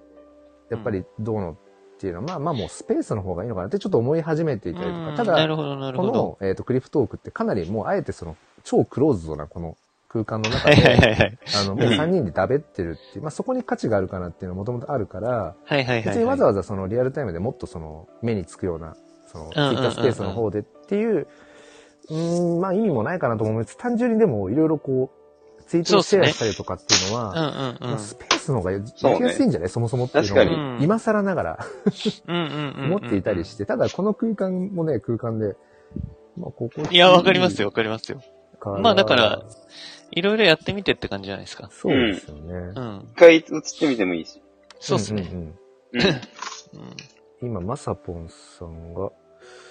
[SPEAKER 2] やっぱりどうのっていうのは、まあまあもうスペースの方がいいのかなってちょっと思い始めていたりと
[SPEAKER 1] う
[SPEAKER 2] か、
[SPEAKER 1] ん
[SPEAKER 2] た
[SPEAKER 1] な
[SPEAKER 2] だ、
[SPEAKER 1] るほどなる
[SPEAKER 2] こ
[SPEAKER 1] ほど。
[SPEAKER 2] の、えっ、と、クリフトークってかなりもうあえてその、超クローズドなこの空間の中
[SPEAKER 1] はいはいは
[SPEAKER 2] で、
[SPEAKER 1] いはい。
[SPEAKER 2] あの、もう3人でだべってるっていう、まあそこに価値があるかなっていうのはもともとあるから、
[SPEAKER 1] はいはいはい。
[SPEAKER 2] 別にわざわざそのリアルタイムでもっとその目につくような、そのツイ
[SPEAKER 1] うんうんうん
[SPEAKER 2] ッタースペースの方でっていう、うーん、まあ意味もないかなとも思いつつ、単純にでもいろいろこう、ツイートをシェアしたりとかっていうのは、
[SPEAKER 1] うんうんう
[SPEAKER 2] まあ
[SPEAKER 1] ん。
[SPEAKER 2] スペースの方がやり
[SPEAKER 3] そうね
[SPEAKER 2] やすいんじゃないそもそもっていうの
[SPEAKER 3] 確
[SPEAKER 1] か
[SPEAKER 2] は
[SPEAKER 1] に
[SPEAKER 2] 今更ながら
[SPEAKER 1] うんうんうんうん。
[SPEAKER 2] 思っていたりして、ただこの空間もね、空間で、まあここ。
[SPEAKER 1] いや、わかりますよ、わかりますよ。
[SPEAKER 2] ら
[SPEAKER 1] まあだから、いろいろやってみてって感じじゃないですか。
[SPEAKER 2] そうですよね。
[SPEAKER 1] うん。
[SPEAKER 3] 一回映ってみてもいいし。
[SPEAKER 1] そうですね。
[SPEAKER 2] んんうん
[SPEAKER 3] うん。
[SPEAKER 1] うん
[SPEAKER 2] 今、まさぽんさんが、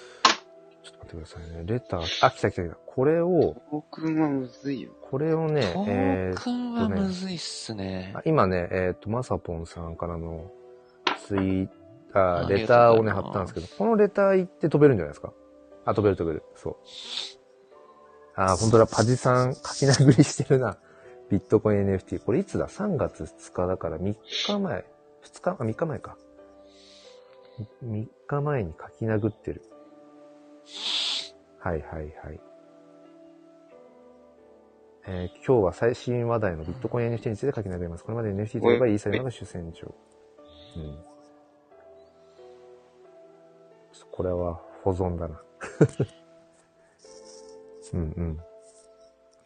[SPEAKER 2] ちょっと待ってくださいね。レター、あ、来た来た来た。これを、
[SPEAKER 3] 僕はむずいよ。
[SPEAKER 2] これをね、
[SPEAKER 1] ト
[SPEAKER 2] え
[SPEAKER 1] ークンはむずいっすね
[SPEAKER 2] ーあ。今ね、えっ、と、まさぽんさんからのツイー
[SPEAKER 1] ありがとうございま
[SPEAKER 2] あ
[SPEAKER 1] す
[SPEAKER 2] レターをね、貼ったんですけど、このレター行って飛べるんじゃないですかあ、飛べる飛べる。そう。あー、本当だ、パジさん、書き殴りしてるな。ビットコイン NFT。これいつだ ?3 月2日だから3日前。2日、あ、3日前か。3日前に書き殴ってる。はいはいはい。えー今日は最新話題のビットコイン NFT について書き並べます。これまで NFT といえばイーサリアムが主戦場。うん。ちょっとこれは保存だな。 うんうん。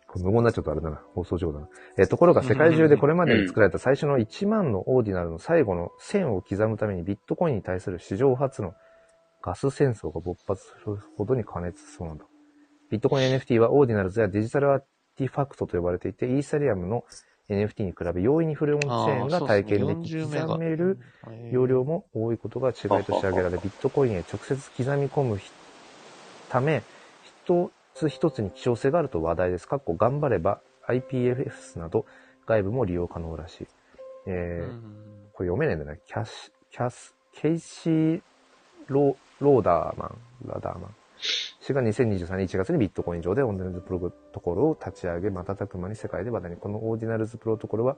[SPEAKER 2] これ無言になっちゃうとあれだな。放送上だな。えーところが世界中でこれまでに作られた最初の1万のオーディナルの最後の線を刻むためにビットコインに対する史上初のガス戦争が勃発するほどに過熱しそうなんだ。ビットコイン NFT はオーディナルズやデジタルアーティファクトと呼ばれていて、イーサリアムの NFT に比べ容易にフレオンチ
[SPEAKER 1] あ
[SPEAKER 2] ェーンが体験でき、刻める容。量も多いことが違いとして挙げられ、ビットコインへ直接刻み込むひため、一つ一つに希少性があると話題です。かっこ頑張れば IPFS など外部も利用可能らしい。え
[SPEAKER 1] そうっすね40メガ
[SPEAKER 2] ー
[SPEAKER 1] うん
[SPEAKER 2] これ読めないんだね。キャシ、キャス、ケイシー・ロローダーマン、ラダーマン。氏が2023年1月にビットコイン上でオーディナルズプロトコルを立ち上げ、瞬く間に世界で話題に。このオーディナルズプロトコルは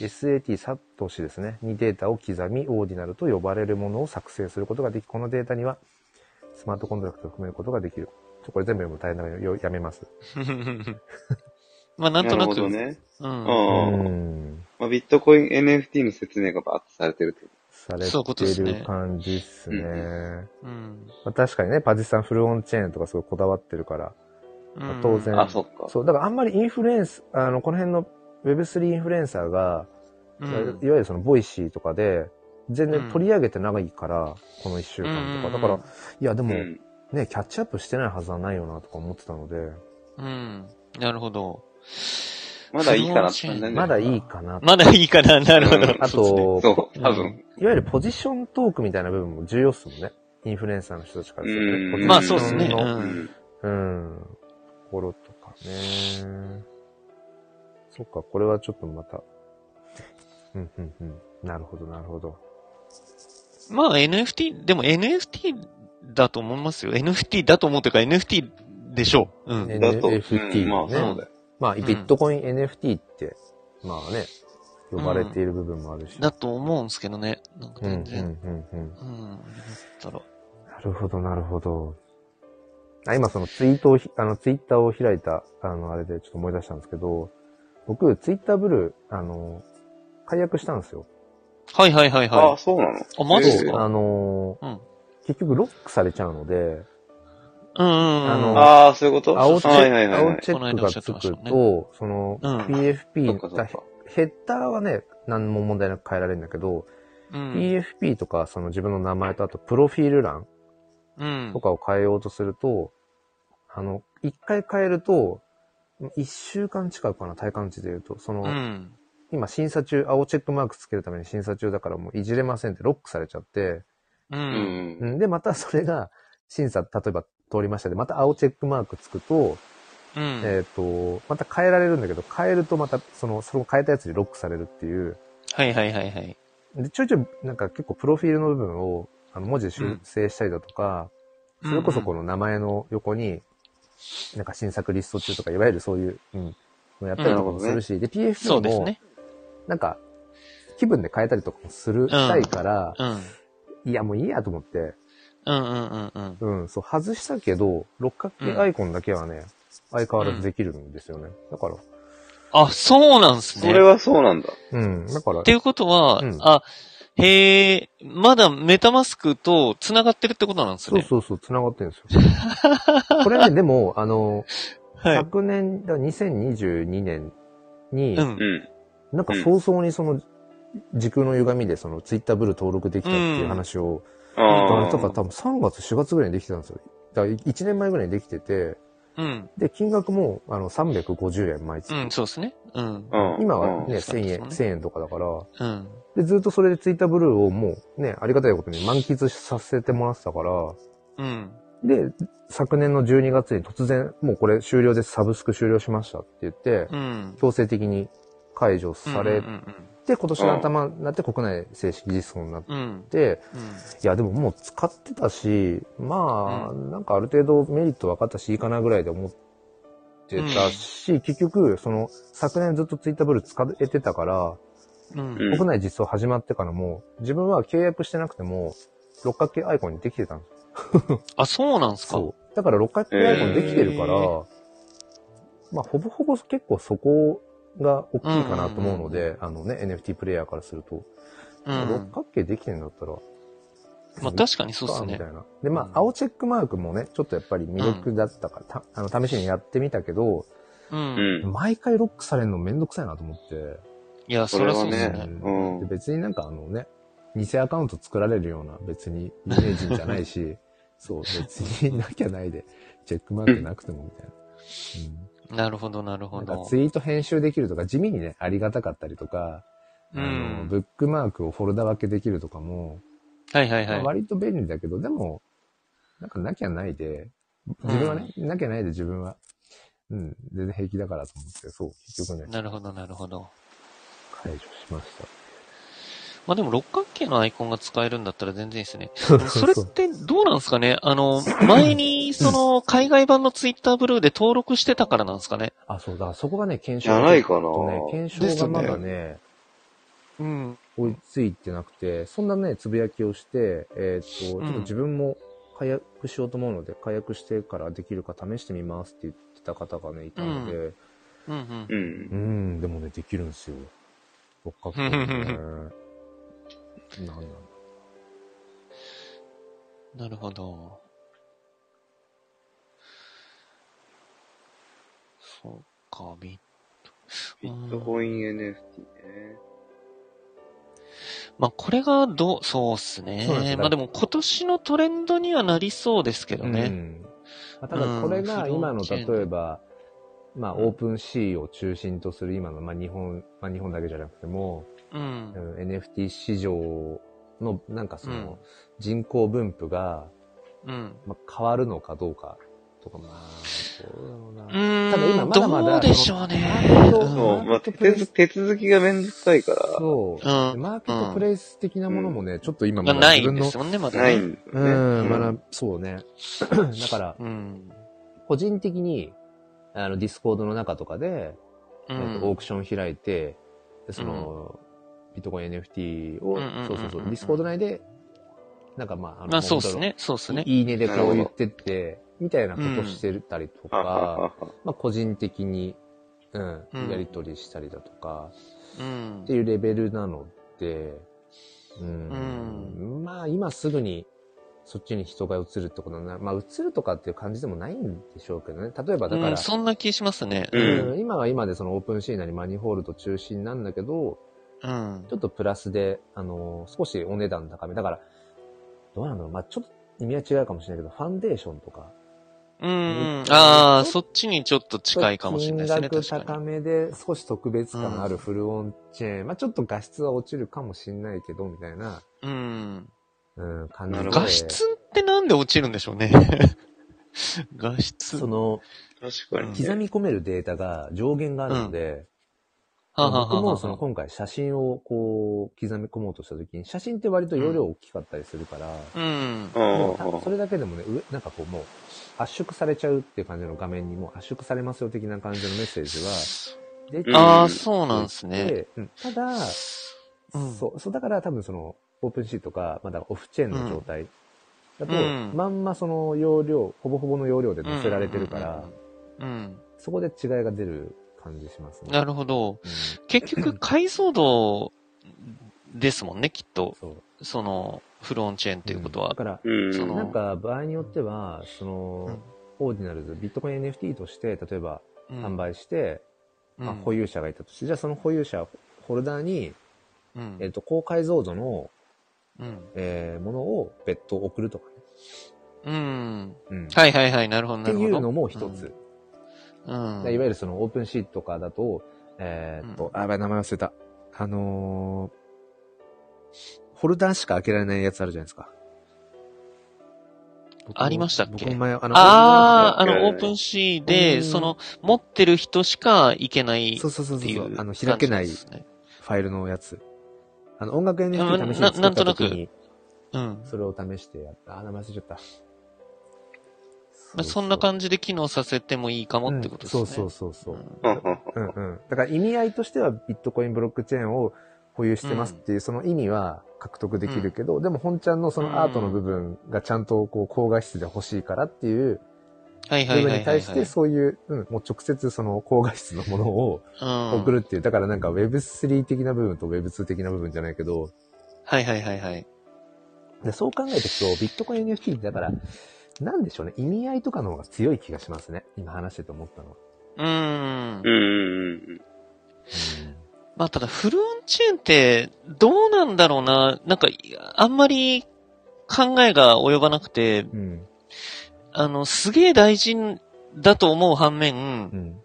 [SPEAKER 2] SAT サトシですね、にデータを刻み、オーディナルと呼ばれるものを作成することができ、このデータにはスマートコントラクトを含めることができる。ちょこれ全部読むの大変だからよやめます。
[SPEAKER 1] まあ、なんとな
[SPEAKER 3] なるほ
[SPEAKER 1] く。
[SPEAKER 3] どね。
[SPEAKER 1] う。
[SPEAKER 3] うんん。
[SPEAKER 2] ん。
[SPEAKER 3] まあ、ビットコイン NFT の説明がバーッとされてるってこ
[SPEAKER 2] され
[SPEAKER 1] そういうことです
[SPEAKER 2] て
[SPEAKER 1] ね
[SPEAKER 2] る感じっすね。
[SPEAKER 3] うん
[SPEAKER 1] うん。
[SPEAKER 2] まあ、確かにね、パジさんフルオンチェーンとかすごいこだわってるから。
[SPEAKER 1] うん
[SPEAKER 2] 当然
[SPEAKER 3] と。あ、そっか。
[SPEAKER 2] そう、だからあんまりインフルエンス、あの、この辺の Web3 インフルエンサーが、
[SPEAKER 1] う
[SPEAKER 2] いわ
[SPEAKER 1] ん
[SPEAKER 2] ゆるそのボイシーとかで、全
[SPEAKER 1] うん
[SPEAKER 2] 然取り上げて長いから、この一週間とか。だから、いや、で
[SPEAKER 3] う
[SPEAKER 2] も、
[SPEAKER 3] ん。
[SPEAKER 2] ね、キャッチアップしてないはずはないよな、とか思ってたので、
[SPEAKER 1] うん。なるほど。
[SPEAKER 3] まだいいかなって感じなんじゃ
[SPEAKER 2] ま
[SPEAKER 3] な
[SPEAKER 2] だ
[SPEAKER 3] い
[SPEAKER 2] いいかな。
[SPEAKER 1] まだいいかな、なるほ
[SPEAKER 3] うん
[SPEAKER 1] ど。
[SPEAKER 2] あ
[SPEAKER 1] そう
[SPEAKER 2] と、
[SPEAKER 3] そう、多
[SPEAKER 2] うん
[SPEAKER 3] 分。
[SPEAKER 2] いわゆるポジショントークみたいな部分も重要っすもんね。インフルエンサーの人たちからすると
[SPEAKER 3] う
[SPEAKER 2] ね。
[SPEAKER 3] ん
[SPEAKER 1] まあ
[SPEAKER 2] ポジション
[SPEAKER 1] そうっすね
[SPEAKER 2] の
[SPEAKER 1] うん
[SPEAKER 3] うん。
[SPEAKER 2] うん。ところとかね。そっか、これはちょっとまた。うん、うん、うん。なるほど、なるほど。
[SPEAKER 1] まあ NFT、でも NFT だと思いますよ。NFT だと思うというか NFT でしょう。うん。
[SPEAKER 3] だと、
[SPEAKER 2] NFT
[SPEAKER 3] うんまあ
[SPEAKER 2] ね
[SPEAKER 3] そうだよ。
[SPEAKER 2] まあ、
[SPEAKER 1] ん
[SPEAKER 2] ビットコイン NFT って、まあね、呼ばれている部分もあるし。
[SPEAKER 1] だと思うんですけどね。なんか
[SPEAKER 2] うん、うん、
[SPEAKER 1] 全
[SPEAKER 2] う
[SPEAKER 1] 然。
[SPEAKER 2] ん、う
[SPEAKER 1] う
[SPEAKER 2] ん。
[SPEAKER 1] ん。だったら。
[SPEAKER 2] なるほど、なるほど。あ今そのツイートをひ、あの、ツイッターを開いた、あの、あれでちょっと思い出したんですけど、僕、ツイッターブルー、あの、解約したんですよ。
[SPEAKER 1] はいはいはい
[SPEAKER 3] ああ、
[SPEAKER 1] は
[SPEAKER 3] そうなの
[SPEAKER 1] い。あ、マジっす
[SPEAKER 3] ええ
[SPEAKER 1] か
[SPEAKER 2] あの、
[SPEAKER 1] うん
[SPEAKER 2] 結局ロックされちゃうので、
[SPEAKER 1] うんうんうん。
[SPEAKER 2] あの
[SPEAKER 3] ああ、そういうこと
[SPEAKER 2] 青チェ,、
[SPEAKER 3] はいはいはいは
[SPEAKER 2] 青
[SPEAKER 3] い。
[SPEAKER 2] チェック
[SPEAKER 1] この間お
[SPEAKER 2] がつく
[SPEAKER 1] っしゃってました
[SPEAKER 2] と、その、
[SPEAKER 1] うん
[SPEAKER 2] PFP
[SPEAKER 3] そ
[SPEAKER 2] の
[SPEAKER 3] っかそっか。
[SPEAKER 2] ヘッダーはね、何も問題なく変えられるんだけど、
[SPEAKER 1] うん。
[SPEAKER 2] PFP とか、その自分の名前とあと、プロフィール欄
[SPEAKER 1] うん
[SPEAKER 2] と。かを変えようとすると、あの、一回変えると、一週間近くかな、体感値で言うと、その、
[SPEAKER 1] うん。
[SPEAKER 2] 今審査中、青チェックマークつけるために審査中だからもういじれませんってロックされちゃって、
[SPEAKER 1] う。
[SPEAKER 3] うんん。
[SPEAKER 2] うん、で、またそれが、審査、例えば通りましたで、また青チェックマークつくと、
[SPEAKER 1] うん。
[SPEAKER 2] えっ、と、また変えられるんだけど、変えるとまた、その、それを変えたやつにロックされるっていう、
[SPEAKER 1] はいはいはいはい。
[SPEAKER 2] で、ちょいちょい、なんか結構プロフィールの部分を、あの、文字で修正したりだとか、それこそこの名前の横に、なんか新作リスト中とか、いわゆるそういう、うん、のやったりとかもするし、で、
[SPEAKER 1] そう
[SPEAKER 2] PFP
[SPEAKER 1] です
[SPEAKER 2] も、
[SPEAKER 1] ね。
[SPEAKER 2] なんか、気分で変えたりとかもする、したいから、
[SPEAKER 1] うん。
[SPEAKER 2] いや、もういいやと思って、
[SPEAKER 1] うんうんうんうん。
[SPEAKER 2] うん、そう、外したけど、六角形アイコンだけはね、相変わらずできるんですよね。だから、
[SPEAKER 1] あ、そうなんすね。
[SPEAKER 3] それはそうなんだ。
[SPEAKER 2] うん、だから
[SPEAKER 1] っ、ていうことは、
[SPEAKER 2] うん
[SPEAKER 1] あ、へえ、まだメタマスクと繋がってるってことなんです
[SPEAKER 2] そう
[SPEAKER 1] ね。
[SPEAKER 2] そうそう、繋がってるんですよ。 これね、でも、あの、
[SPEAKER 1] はい。
[SPEAKER 2] 昨年、だ2022年に、
[SPEAKER 1] う。
[SPEAKER 3] うんん。
[SPEAKER 2] なんか早々にその、時空の歪みでそのツイッターブルー登録できたっていう話を、
[SPEAKER 3] あ
[SPEAKER 2] だ
[SPEAKER 3] あ。
[SPEAKER 2] から多分3月、4月ぐらいにできてたんですよ。だから1年前ぐらいにできてて、
[SPEAKER 1] うん。
[SPEAKER 2] で、金額もあの350円毎月。
[SPEAKER 1] うん、そうですね。うん。
[SPEAKER 3] うん
[SPEAKER 2] 今はね、
[SPEAKER 1] うん
[SPEAKER 2] 1000円、
[SPEAKER 1] そうです
[SPEAKER 2] 1000円とかだから、
[SPEAKER 1] うん。
[SPEAKER 2] で、ずっとそれでツイッターブルーをもうね、ありがたいことに満喫させてもらってたから、
[SPEAKER 1] うん。
[SPEAKER 2] で、昨年の12月に突然、もうこれ終了です、サブスク終了しましたって言って、
[SPEAKER 1] うん。
[SPEAKER 2] 強制的に解除され
[SPEAKER 1] うんうん
[SPEAKER 2] で、今年の頭になって国内正式実装になっ
[SPEAKER 1] うん。うん。
[SPEAKER 2] て、
[SPEAKER 1] うん
[SPEAKER 2] いや、でももう使ってたし、まあ、
[SPEAKER 1] う
[SPEAKER 2] なんかある程度メリット分かったし、いいかなぐらいで思ってたし、結局、その、昨年ずっとツイッターブルー使えてたから、
[SPEAKER 1] うん。
[SPEAKER 3] うん
[SPEAKER 2] 国内実装始まってからも、自分は契約してなくても、六角形アイコンにできてたんで
[SPEAKER 1] あ、そうなんす
[SPEAKER 2] す
[SPEAKER 1] か。
[SPEAKER 2] よ。だから六角形アイコンできてるから、
[SPEAKER 1] へ
[SPEAKER 2] まあ、ほぼほぼ結構そこが大きいかなと思うので、あのね、NFT プレイヤーからすると。
[SPEAKER 1] う
[SPEAKER 2] 六
[SPEAKER 1] ん。
[SPEAKER 2] 角形できてんだったら、
[SPEAKER 1] まあ確かにそうっす
[SPEAKER 2] み
[SPEAKER 1] ね
[SPEAKER 2] た。いな。で、ま
[SPEAKER 1] うん
[SPEAKER 2] あ、青チェックマークもね、ちょっとやっぱり魅力だったから、たあの、試しにやってみたけど、
[SPEAKER 1] う。
[SPEAKER 3] うんん。
[SPEAKER 2] 毎回ロックされるのめんどくさいなと思って。
[SPEAKER 1] いや、そ
[SPEAKER 3] それ
[SPEAKER 1] り
[SPEAKER 3] は
[SPEAKER 1] ゃそうっす
[SPEAKER 3] ね
[SPEAKER 1] ね。
[SPEAKER 2] うん
[SPEAKER 3] うん
[SPEAKER 2] で別になんかあのね、偽アカウント作られるような別に有名人じゃない し、そう、別になきゃないで、チェックマークなくてもみたいな。
[SPEAKER 1] なるほど、なる
[SPEAKER 2] う
[SPEAKER 1] ほ
[SPEAKER 2] ん、なんか
[SPEAKER 1] ど。
[SPEAKER 2] ツイート編集できるとか、地味にね、ありがたかったりとか、
[SPEAKER 1] う
[SPEAKER 2] あの
[SPEAKER 1] ん。
[SPEAKER 2] ブックマークをフォルダ分けできるとかも、
[SPEAKER 1] はいはい
[SPEAKER 2] まあ
[SPEAKER 1] はい。
[SPEAKER 2] 割と便利だけど、でも、なんかなきゃないで、自分はね、なきゃないで自分は、うん、全然平気だからと思って、そう、結局ね、
[SPEAKER 1] なるほど、なるほど。
[SPEAKER 2] 解除しました。
[SPEAKER 1] まあでも六角形のアイコンが使えるんだったら全然いいですね。
[SPEAKER 2] そう
[SPEAKER 1] それってどうなんですかねあの、前にその海外版のツイッターブルーで登録してたからなんですかね
[SPEAKER 2] あ、そうだ、そこがね、検
[SPEAKER 3] じ
[SPEAKER 2] 証
[SPEAKER 3] ゃ
[SPEAKER 2] が
[SPEAKER 3] な
[SPEAKER 2] ち
[SPEAKER 3] い
[SPEAKER 2] ょ
[SPEAKER 3] かな
[SPEAKER 2] っとね、検証がまだね、
[SPEAKER 1] うん。
[SPEAKER 2] 追いついてなくて、そんなね、つぶやきをして、えーっと、
[SPEAKER 1] うん
[SPEAKER 2] ちょっと自分も解約しようと思うので、解約してからできるか試してみますって言ってた方がね、いたので、
[SPEAKER 1] うんうん。
[SPEAKER 3] うん
[SPEAKER 2] う。ん、でもね、できるんですよ。六角形 ね。なんだ
[SPEAKER 1] なるほど。そうか、ビッ
[SPEAKER 3] ビットコイン NFT ね。
[SPEAKER 1] まあこれがどう、そうっす
[SPEAKER 2] そうなんです
[SPEAKER 1] ね。
[SPEAKER 2] よ
[SPEAKER 1] まあでも今年のトレンドにはなりそうですけど
[SPEAKER 2] う
[SPEAKER 1] ね。
[SPEAKER 2] んまあ、ただこれが
[SPEAKER 1] うん
[SPEAKER 2] 今の
[SPEAKER 1] 不動産
[SPEAKER 2] 例えば、まあオープン C を中心とする今の、まあ日本、まあ日本だけじゃなくても、
[SPEAKER 1] うん。
[SPEAKER 2] うん NFT 市場のなんかそ
[SPEAKER 1] うん
[SPEAKER 2] の人口分布が、
[SPEAKER 1] うん。
[SPEAKER 2] まあ、変わるのかどうかとか、まあ、どうだろうな。
[SPEAKER 1] うーん、
[SPEAKER 2] 多分今まだまだ
[SPEAKER 1] どうでしょうね。
[SPEAKER 2] そ
[SPEAKER 3] そう、
[SPEAKER 1] う
[SPEAKER 3] まあ、手続手続きがめんどくさいから、
[SPEAKER 2] そう。
[SPEAKER 1] ん。うん
[SPEAKER 2] マーケットプレイス的なものもね、ちょっと今
[SPEAKER 1] が
[SPEAKER 2] まだ
[SPEAKER 1] な
[SPEAKER 2] 自
[SPEAKER 1] いん
[SPEAKER 2] 分
[SPEAKER 1] で
[SPEAKER 2] の、
[SPEAKER 1] すもんね、まだね。
[SPEAKER 3] ないんだ
[SPEAKER 2] う
[SPEAKER 3] よね。
[SPEAKER 2] ん、まだ、そうね。 だから、
[SPEAKER 1] うん。
[SPEAKER 2] 個人的に、あの、ディスコードの中とかで、
[SPEAKER 1] う
[SPEAKER 2] えっとオー
[SPEAKER 1] ん。
[SPEAKER 2] クション開いて、でその、ビットコイン NFT
[SPEAKER 1] う
[SPEAKER 2] を、
[SPEAKER 1] んうんうんうん
[SPEAKER 2] そうそうそう、ディスコード内で、なんかまあ、あの
[SPEAKER 1] まあ、そうっすね。そうっす
[SPEAKER 2] なんだろ
[SPEAKER 1] ね
[SPEAKER 2] う。いいねでこう言ってって、みたいなことしてたりと
[SPEAKER 3] ははは
[SPEAKER 2] か、
[SPEAKER 3] は
[SPEAKER 2] まあ個人的に、うん
[SPEAKER 1] うん、
[SPEAKER 2] やりとりしたりだとか、
[SPEAKER 1] うん
[SPEAKER 2] って。いうレベルなので、う
[SPEAKER 1] う
[SPEAKER 2] ん、まあ今すぐにそっちに人が移るってことはな、まあ移るとかっていう感じでもないんでしょうけどね。例えばだから、
[SPEAKER 1] うん、そんな気しますね。
[SPEAKER 3] う
[SPEAKER 2] うん今は今でそのオープンシーンなりマニホールド中心なんだけど、
[SPEAKER 1] うん
[SPEAKER 2] ちょ。っとプラスで、あのー少しお値段高め。だから、どうなんだろう。まあちょっと意味は違うかもしれないけど、ファンデーションとか、
[SPEAKER 1] うん。ああ、そっちにちょっと近いかもしれないですね、
[SPEAKER 2] 金
[SPEAKER 1] 確
[SPEAKER 2] 額
[SPEAKER 1] か
[SPEAKER 2] 高
[SPEAKER 1] に。
[SPEAKER 2] めで少し特別感のあ
[SPEAKER 1] う
[SPEAKER 2] る
[SPEAKER 1] ん
[SPEAKER 2] フルオンチェーン。まあちょっと画質は落ちるかもしれないけど、みたいな、
[SPEAKER 1] うん。
[SPEAKER 2] うん、感じで。
[SPEAKER 3] なるほど
[SPEAKER 1] 画質ってなんで落ちるんでしょうね。 画質。
[SPEAKER 2] その、
[SPEAKER 3] 確かに、ね。
[SPEAKER 2] 刻み込めるデータが上限があるので、
[SPEAKER 1] はあはあは
[SPEAKER 2] 僕
[SPEAKER 1] あはあ
[SPEAKER 2] もその今回写真をこう、刻み込もうとした時に、写真って割と容量大きかったりするから、
[SPEAKER 1] うん。
[SPEAKER 3] うん
[SPEAKER 2] もうたそれだけでもね、上、なんかこうもう、圧縮されちゃうっていう感じの画面にもう圧縮されますよ的な感じのメッセージは出て
[SPEAKER 3] うん
[SPEAKER 1] ああ、そうなんですね。
[SPEAKER 2] でうんただ、
[SPEAKER 1] うん
[SPEAKER 2] そう、そうだから多分その、オープンシーとか、まだオフチェーンの状態だと、
[SPEAKER 1] うん
[SPEAKER 2] まんまその容量、ほぼほぼの容量で載せられてるから、
[SPEAKER 1] うん。
[SPEAKER 2] そこで違いが出る感じしますね。
[SPEAKER 1] なるほど。
[SPEAKER 2] うん
[SPEAKER 1] 結局、解像度ですもんね、きっと。
[SPEAKER 2] そう。っ
[SPEAKER 1] その、フロンチェーンっていうことは
[SPEAKER 2] だ。から、
[SPEAKER 3] うん。
[SPEAKER 1] その
[SPEAKER 2] なんか場合によっては、その、オーディナルズ、ビットコイン NFT として、例えば
[SPEAKER 1] うん
[SPEAKER 2] 販売して、
[SPEAKER 1] うん
[SPEAKER 2] まあ、保有者がいたとして、じゃあその保有者、ホルダーに、
[SPEAKER 1] うん
[SPEAKER 2] えっ、と、高解像度の、
[SPEAKER 1] うん。
[SPEAKER 2] えーものを別途送るとかね。
[SPEAKER 1] うん。
[SPEAKER 2] うん。
[SPEAKER 1] はいはいはい、なるほど、
[SPEAKER 2] っ
[SPEAKER 1] な
[SPEAKER 2] て
[SPEAKER 1] るほ
[SPEAKER 2] い
[SPEAKER 1] ど。
[SPEAKER 2] うのも一つ。
[SPEAKER 1] うん。
[SPEAKER 2] でいわゆるそのオープンシートとかだと、えーっと、あ、やばい、名前忘れた。あのーホルダーしか開けられないやつあるじゃないですか。僕も
[SPEAKER 1] ありましたっけ
[SPEAKER 2] 僕も前、あの、
[SPEAKER 1] ああ、あ
[SPEAKER 3] オープン
[SPEAKER 1] の、
[SPEAKER 3] の
[SPEAKER 1] オープンシーで、
[SPEAKER 2] うん
[SPEAKER 1] その、持ってる人しか行けないっ
[SPEAKER 2] そうそうそう
[SPEAKER 1] てい
[SPEAKER 2] そう
[SPEAKER 1] う。
[SPEAKER 2] あの、開けな
[SPEAKER 1] 感
[SPEAKER 2] い
[SPEAKER 1] じです
[SPEAKER 2] フ
[SPEAKER 1] ね
[SPEAKER 2] ァイルのやつ。あの、音楽
[SPEAKER 1] あ
[SPEAKER 2] NFT 試しに
[SPEAKER 1] な
[SPEAKER 2] 作
[SPEAKER 1] な
[SPEAKER 2] っ
[SPEAKER 1] んと
[SPEAKER 2] た
[SPEAKER 1] な
[SPEAKER 2] 時
[SPEAKER 1] く
[SPEAKER 2] に、
[SPEAKER 1] うん。
[SPEAKER 2] それを試してやった。あー、名前忘れちゃった。
[SPEAKER 1] まあ、そんな感じで機能させてもいいかもってことですね。
[SPEAKER 2] うんそうそうそうそう。
[SPEAKER 3] ははは
[SPEAKER 2] うんうん。だから意味合いとしてはビットコインブロックチェーンを保有してますっていう、その意味は獲得できるけど、でも本ちゃんのそのアートの部分がちゃんとこう高画質で欲しいからっていう
[SPEAKER 1] はい
[SPEAKER 2] 部
[SPEAKER 1] はいは
[SPEAKER 2] 分
[SPEAKER 1] い
[SPEAKER 2] に
[SPEAKER 1] はい
[SPEAKER 2] 対してそういう、うん、もう直接その高画質のものを
[SPEAKER 1] はい。うん
[SPEAKER 2] 送るっていう、だからなんか Web3 的な部分と Web2 的な部分じゃないけど、
[SPEAKER 1] はいはいはいはい。
[SPEAKER 2] でそう考えていくとビットコイン NFT ってだから、なんでしょうね、意味合いとかの方が強い気がしますね。今話してて思ったのは。
[SPEAKER 1] うーん
[SPEAKER 3] うん。うんうん
[SPEAKER 1] まあただフルオンチェーンってどうなんだろうな。なんか、いあんまり考えが及ばなくて、
[SPEAKER 2] うん。うん。
[SPEAKER 1] あの、すげえ大事だと思う反面
[SPEAKER 2] う、ん。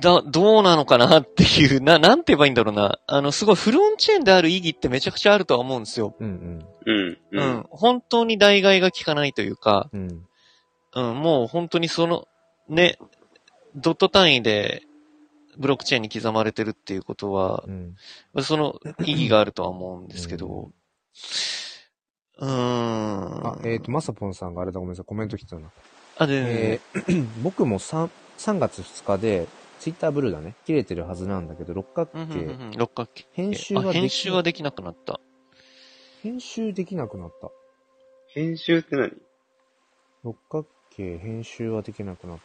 [SPEAKER 1] だ、どうなのかなっていう、な、なんて言えばいいんだろうな。あの、すごいフルオンチェーンである意義ってめちゃくちゃあるとは思うんですよ。
[SPEAKER 2] うん。
[SPEAKER 3] うん。う
[SPEAKER 1] うんん。本当に代替が効かないというか、
[SPEAKER 2] うん。うん。
[SPEAKER 1] うん、もう本当にその、ね、ドット単位でブロックチェーンに刻まれてるっていうことは
[SPEAKER 2] う、ん。
[SPEAKER 1] その意義があるとは思うんですけ
[SPEAKER 2] う
[SPEAKER 1] ど、うーん。
[SPEAKER 2] あ、えっ、と、まさぽんさんがあれだ、ごめんなさい、コメント来てたな。
[SPEAKER 1] あ、で、
[SPEAKER 2] えー 僕も 3, 3月2日で、ツイッターブルーだね、切れてるはずなんだけど、六角
[SPEAKER 1] うんうんう
[SPEAKER 2] 形、
[SPEAKER 1] んうん、六角形。
[SPEAKER 2] 編集
[SPEAKER 1] あ
[SPEAKER 2] はで
[SPEAKER 1] 編
[SPEAKER 2] き
[SPEAKER 1] 集はできなくなった。
[SPEAKER 2] 編集できなくなった。
[SPEAKER 3] 編集って何
[SPEAKER 2] 六角形、編集はできなくなっ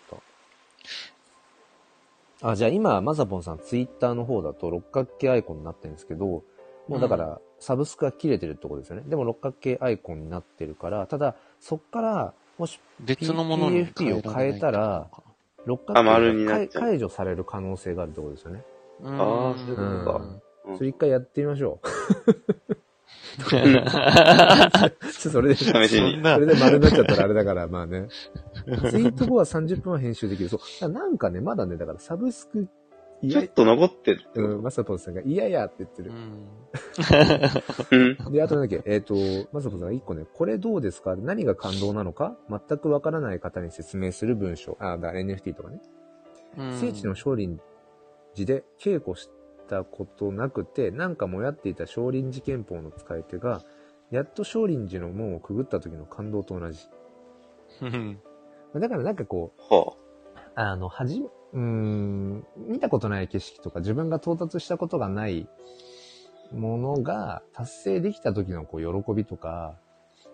[SPEAKER 2] た。あ、じゃあ今、まさぽんさん、ツイッターの方だと六角形アイコンになってるんですけど、もうだから、サブスクが切れてるってことですよね。でも六角形アイコンになってるから、ただ、そっから、もし
[SPEAKER 1] 別のものに
[SPEAKER 2] PFP を変えたら六角
[SPEAKER 3] あ丸に
[SPEAKER 2] 形
[SPEAKER 3] なっ
[SPEAKER 2] が
[SPEAKER 3] ちゃう
[SPEAKER 2] 解除される可能性があるってことですよね。
[SPEAKER 1] うん、
[SPEAKER 3] あーそういうことかうん
[SPEAKER 2] それ一回やってみましょう。 それで、そ
[SPEAKER 3] 試し
[SPEAKER 1] そ
[SPEAKER 3] に
[SPEAKER 1] ん。な
[SPEAKER 2] れで丸になっちゃったらあれだから、まあね。ツイート後は30分は編集できる。そう。だからなんかね、まだね、だからサブスクい
[SPEAKER 3] ちょ
[SPEAKER 2] や
[SPEAKER 3] っ、と登ってる。
[SPEAKER 2] うん、まさぽんさんが、いやいやって言って
[SPEAKER 1] う
[SPEAKER 2] る。
[SPEAKER 1] ん。
[SPEAKER 3] うん。
[SPEAKER 2] で、あとなんだっけ、えっ、と、まさぽんさんが一個ね、これどうですか何が感動なのか全くわからない方に説明する文章。あ、だ、NFT とかね。
[SPEAKER 1] うん
[SPEAKER 2] 聖地の少林寺で稽古したことなくて、なんかもやっていた少林寺拳法の使い手が、やっと少林寺の門をくぐった時の感動と同じ。
[SPEAKER 1] うん。
[SPEAKER 2] だからなんかこ
[SPEAKER 3] は
[SPEAKER 2] う、あの、はじ、うーん、見たことない景色とか自分が到達したことがないものが達成できた時のこう喜びとか、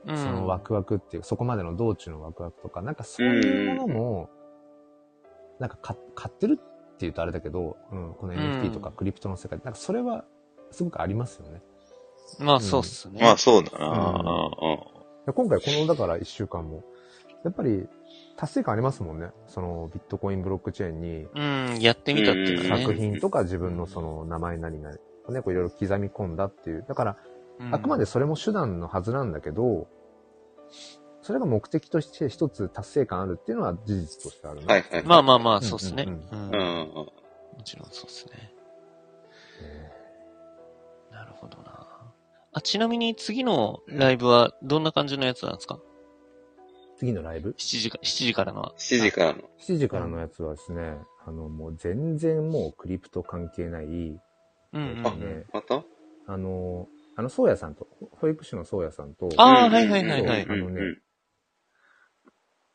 [SPEAKER 1] うん
[SPEAKER 2] そのワクワクっていう、そこまでの道中のワクワクとか、なんかそういうものも、なんかか買ってるって言うとあれだけど、うん、この NFT とかクリプトの世界、なんかそれはすごくありますよね。
[SPEAKER 1] まあ、そうっすね。
[SPEAKER 3] あ。まあ、そうだな。
[SPEAKER 2] うん
[SPEAKER 3] う
[SPEAKER 2] で今回この、だから一週間も、やっぱり達成感ありますもんね。そのビットコインブロックチェーン
[SPEAKER 1] う
[SPEAKER 2] に
[SPEAKER 1] ん、やってみたっていうかね。
[SPEAKER 2] 作品とか自分のその名前なりなり、ね、こういろいろ刻み込んだっていう。だから、
[SPEAKER 1] うん
[SPEAKER 2] あくまでそれも手段のはずなんだけど、それが目的として一つ達成感あるっていうのは事実としてあるね。
[SPEAKER 3] んはいはい。
[SPEAKER 1] まあまあまあ、そうっすね。
[SPEAKER 2] う
[SPEAKER 1] うん。
[SPEAKER 2] うん
[SPEAKER 3] うん
[SPEAKER 1] も
[SPEAKER 3] うん。
[SPEAKER 1] ちろんそうっすね。
[SPEAKER 2] え
[SPEAKER 1] なるほどな。あ、ちなみに次のライブはどんな感じのやつなんですか
[SPEAKER 2] ー次のライブ
[SPEAKER 1] ?7 時か、7時からのは。
[SPEAKER 3] 7時からの。
[SPEAKER 2] ?7 時からのやつはですね、あの、もう全然もうクリプト関係ない、
[SPEAKER 1] うんうん
[SPEAKER 2] あね
[SPEAKER 3] また
[SPEAKER 2] あの、あの、宗谷さんと、保育士の宗谷さんと、
[SPEAKER 1] あー
[SPEAKER 3] うん
[SPEAKER 1] はいはいはいはい
[SPEAKER 3] うんうんうん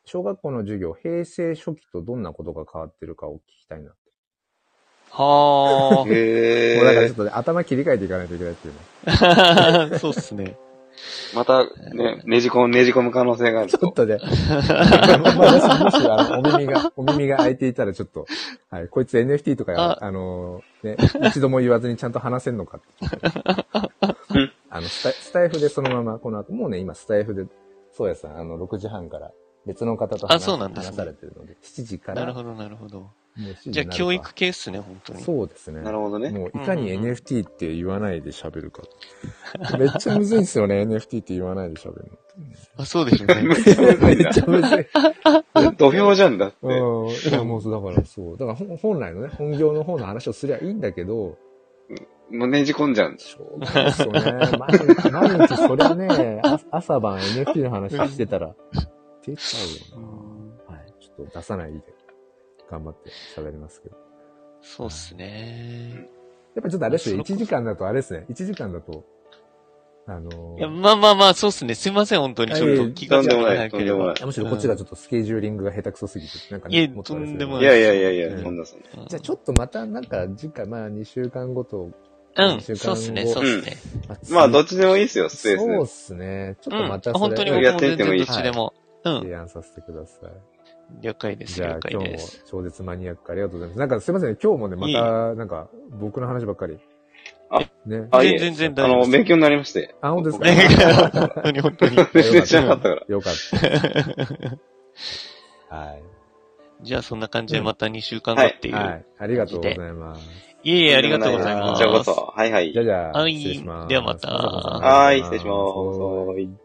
[SPEAKER 2] 小学校の授業、平成初期とどんなことが変わってるかを聞きたいな。
[SPEAKER 1] は
[SPEAKER 3] へ
[SPEAKER 2] もうだからちょ
[SPEAKER 3] え
[SPEAKER 2] っ。とね、頭切り替えていかないといけないっていうね。
[SPEAKER 1] あ。そうっすね。
[SPEAKER 3] また、ね、ねじ込む、ねじ込む可能性がある
[SPEAKER 2] ち
[SPEAKER 3] と。
[SPEAKER 2] ょっとね、まあもしもしあの お耳が、お耳が開いていたらちょっと、はい、こいつ NFT とかや、
[SPEAKER 1] あ
[SPEAKER 2] あの、ね、一度も言わずにちゃんと話せんのかって
[SPEAKER 3] うん。
[SPEAKER 2] あのスタ、スタイフでそのまま、この後、もうね、今スタイフで、そうやさん、あの、6時半から別の方と話
[SPEAKER 1] あそうなんですね
[SPEAKER 2] 話されてるので、7時から、
[SPEAKER 1] なるほど、なるほど。
[SPEAKER 2] もう7時
[SPEAKER 1] じゃあ、
[SPEAKER 2] になるか
[SPEAKER 1] 教育系っすね、本当に。
[SPEAKER 2] そうですね。
[SPEAKER 3] なるほどね。
[SPEAKER 2] もういかに
[SPEAKER 1] うんうんうん
[SPEAKER 2] NFT って言わないで喋るか。めっちゃむずいんですよね、NFT って言わないで 喋る
[SPEAKER 1] あ、そうでしょうね。
[SPEAKER 3] めっちゃむずい
[SPEAKER 2] の。めっちゃむずい。
[SPEAKER 3] な。土俵じゃんだって。
[SPEAKER 2] うん。いや、もう、だからそう。だからほん本来のね、本業の方の話をすりゃいいんだけど、
[SPEAKER 3] もうねじ込んじゃうんだ。
[SPEAKER 2] しょうがないですよ ね。毎日、毎日それはね、あ朝晩 NFT の話してたら、出ちゃう
[SPEAKER 1] う
[SPEAKER 2] よ
[SPEAKER 1] ん
[SPEAKER 2] な。はい。ちょっと出さないで、頑張って喋りますけど。
[SPEAKER 1] そうっすね。
[SPEAKER 2] やっぱちょっとあれです
[SPEAKER 1] そ
[SPEAKER 2] よ、
[SPEAKER 1] の
[SPEAKER 2] 1時間だとあれですね、1時間だと、あのー
[SPEAKER 1] いや、まあまあまあ、そうっすね。すいません、本当に。ちょっと気がつかなければ。
[SPEAKER 2] いやむしろこっちがちょっとスケジューリングが下手くそすぎて、なんか
[SPEAKER 1] い
[SPEAKER 2] ね、
[SPEAKER 1] え
[SPEAKER 2] もっとあれす
[SPEAKER 1] とん
[SPEAKER 2] け
[SPEAKER 1] で
[SPEAKER 2] ど
[SPEAKER 1] も
[SPEAKER 3] い
[SPEAKER 1] な
[SPEAKER 3] やいやいやいや、
[SPEAKER 2] うん
[SPEAKER 3] そんなそんな。
[SPEAKER 2] じゃあちょっとまたなんか次回、まあ2週間ごと、
[SPEAKER 1] うん、
[SPEAKER 2] 週間
[SPEAKER 1] そう
[SPEAKER 2] 後
[SPEAKER 1] っすね、そうっすね。
[SPEAKER 3] まあ、ど
[SPEAKER 2] っ
[SPEAKER 3] っちでもいいっすよ、スペース
[SPEAKER 2] そう
[SPEAKER 3] ね
[SPEAKER 2] っ。すね。ち
[SPEAKER 1] う
[SPEAKER 2] ょっとま
[SPEAKER 1] ん
[SPEAKER 2] た、そ
[SPEAKER 1] 本当に
[SPEAKER 2] れ、を
[SPEAKER 1] 僕
[SPEAKER 3] や
[SPEAKER 1] も
[SPEAKER 3] ってみ
[SPEAKER 1] 全
[SPEAKER 3] ても
[SPEAKER 1] 然
[SPEAKER 3] い
[SPEAKER 1] ど
[SPEAKER 3] い
[SPEAKER 1] っちでも。うん、
[SPEAKER 2] 提案させてください。
[SPEAKER 1] 了解です、
[SPEAKER 2] じゃあ
[SPEAKER 1] 了解
[SPEAKER 2] 今日
[SPEAKER 1] で
[SPEAKER 2] も
[SPEAKER 1] す。
[SPEAKER 2] 超絶マニアックありがとうございます。なんかすいません、今日もね、ま
[SPEAKER 1] いえいえ
[SPEAKER 2] た、なんか僕の話ばっかり。
[SPEAKER 3] あ、
[SPEAKER 2] ね。
[SPEAKER 3] あい
[SPEAKER 1] 全
[SPEAKER 3] え
[SPEAKER 1] 然全然
[SPEAKER 3] あ
[SPEAKER 1] 大丈夫
[SPEAKER 3] の、勉強になりまして。
[SPEAKER 2] あ、本当ですか
[SPEAKER 1] ね本当に本当に。
[SPEAKER 3] 全然知らなかったから。
[SPEAKER 2] よかった。はい。
[SPEAKER 1] じゃあそんな感じでまた2週間後
[SPEAKER 3] はい
[SPEAKER 1] っていう。、
[SPEAKER 2] はいい。ありがとうございます。
[SPEAKER 1] えいえ、ありがとうございます。
[SPEAKER 3] じゃあこそ。はいはい
[SPEAKER 2] じゃあ。じゃあ、
[SPEAKER 1] はい
[SPEAKER 2] 失礼します。
[SPEAKER 1] ではまた
[SPEAKER 2] まさこさん
[SPEAKER 3] はい、失礼します。はーい。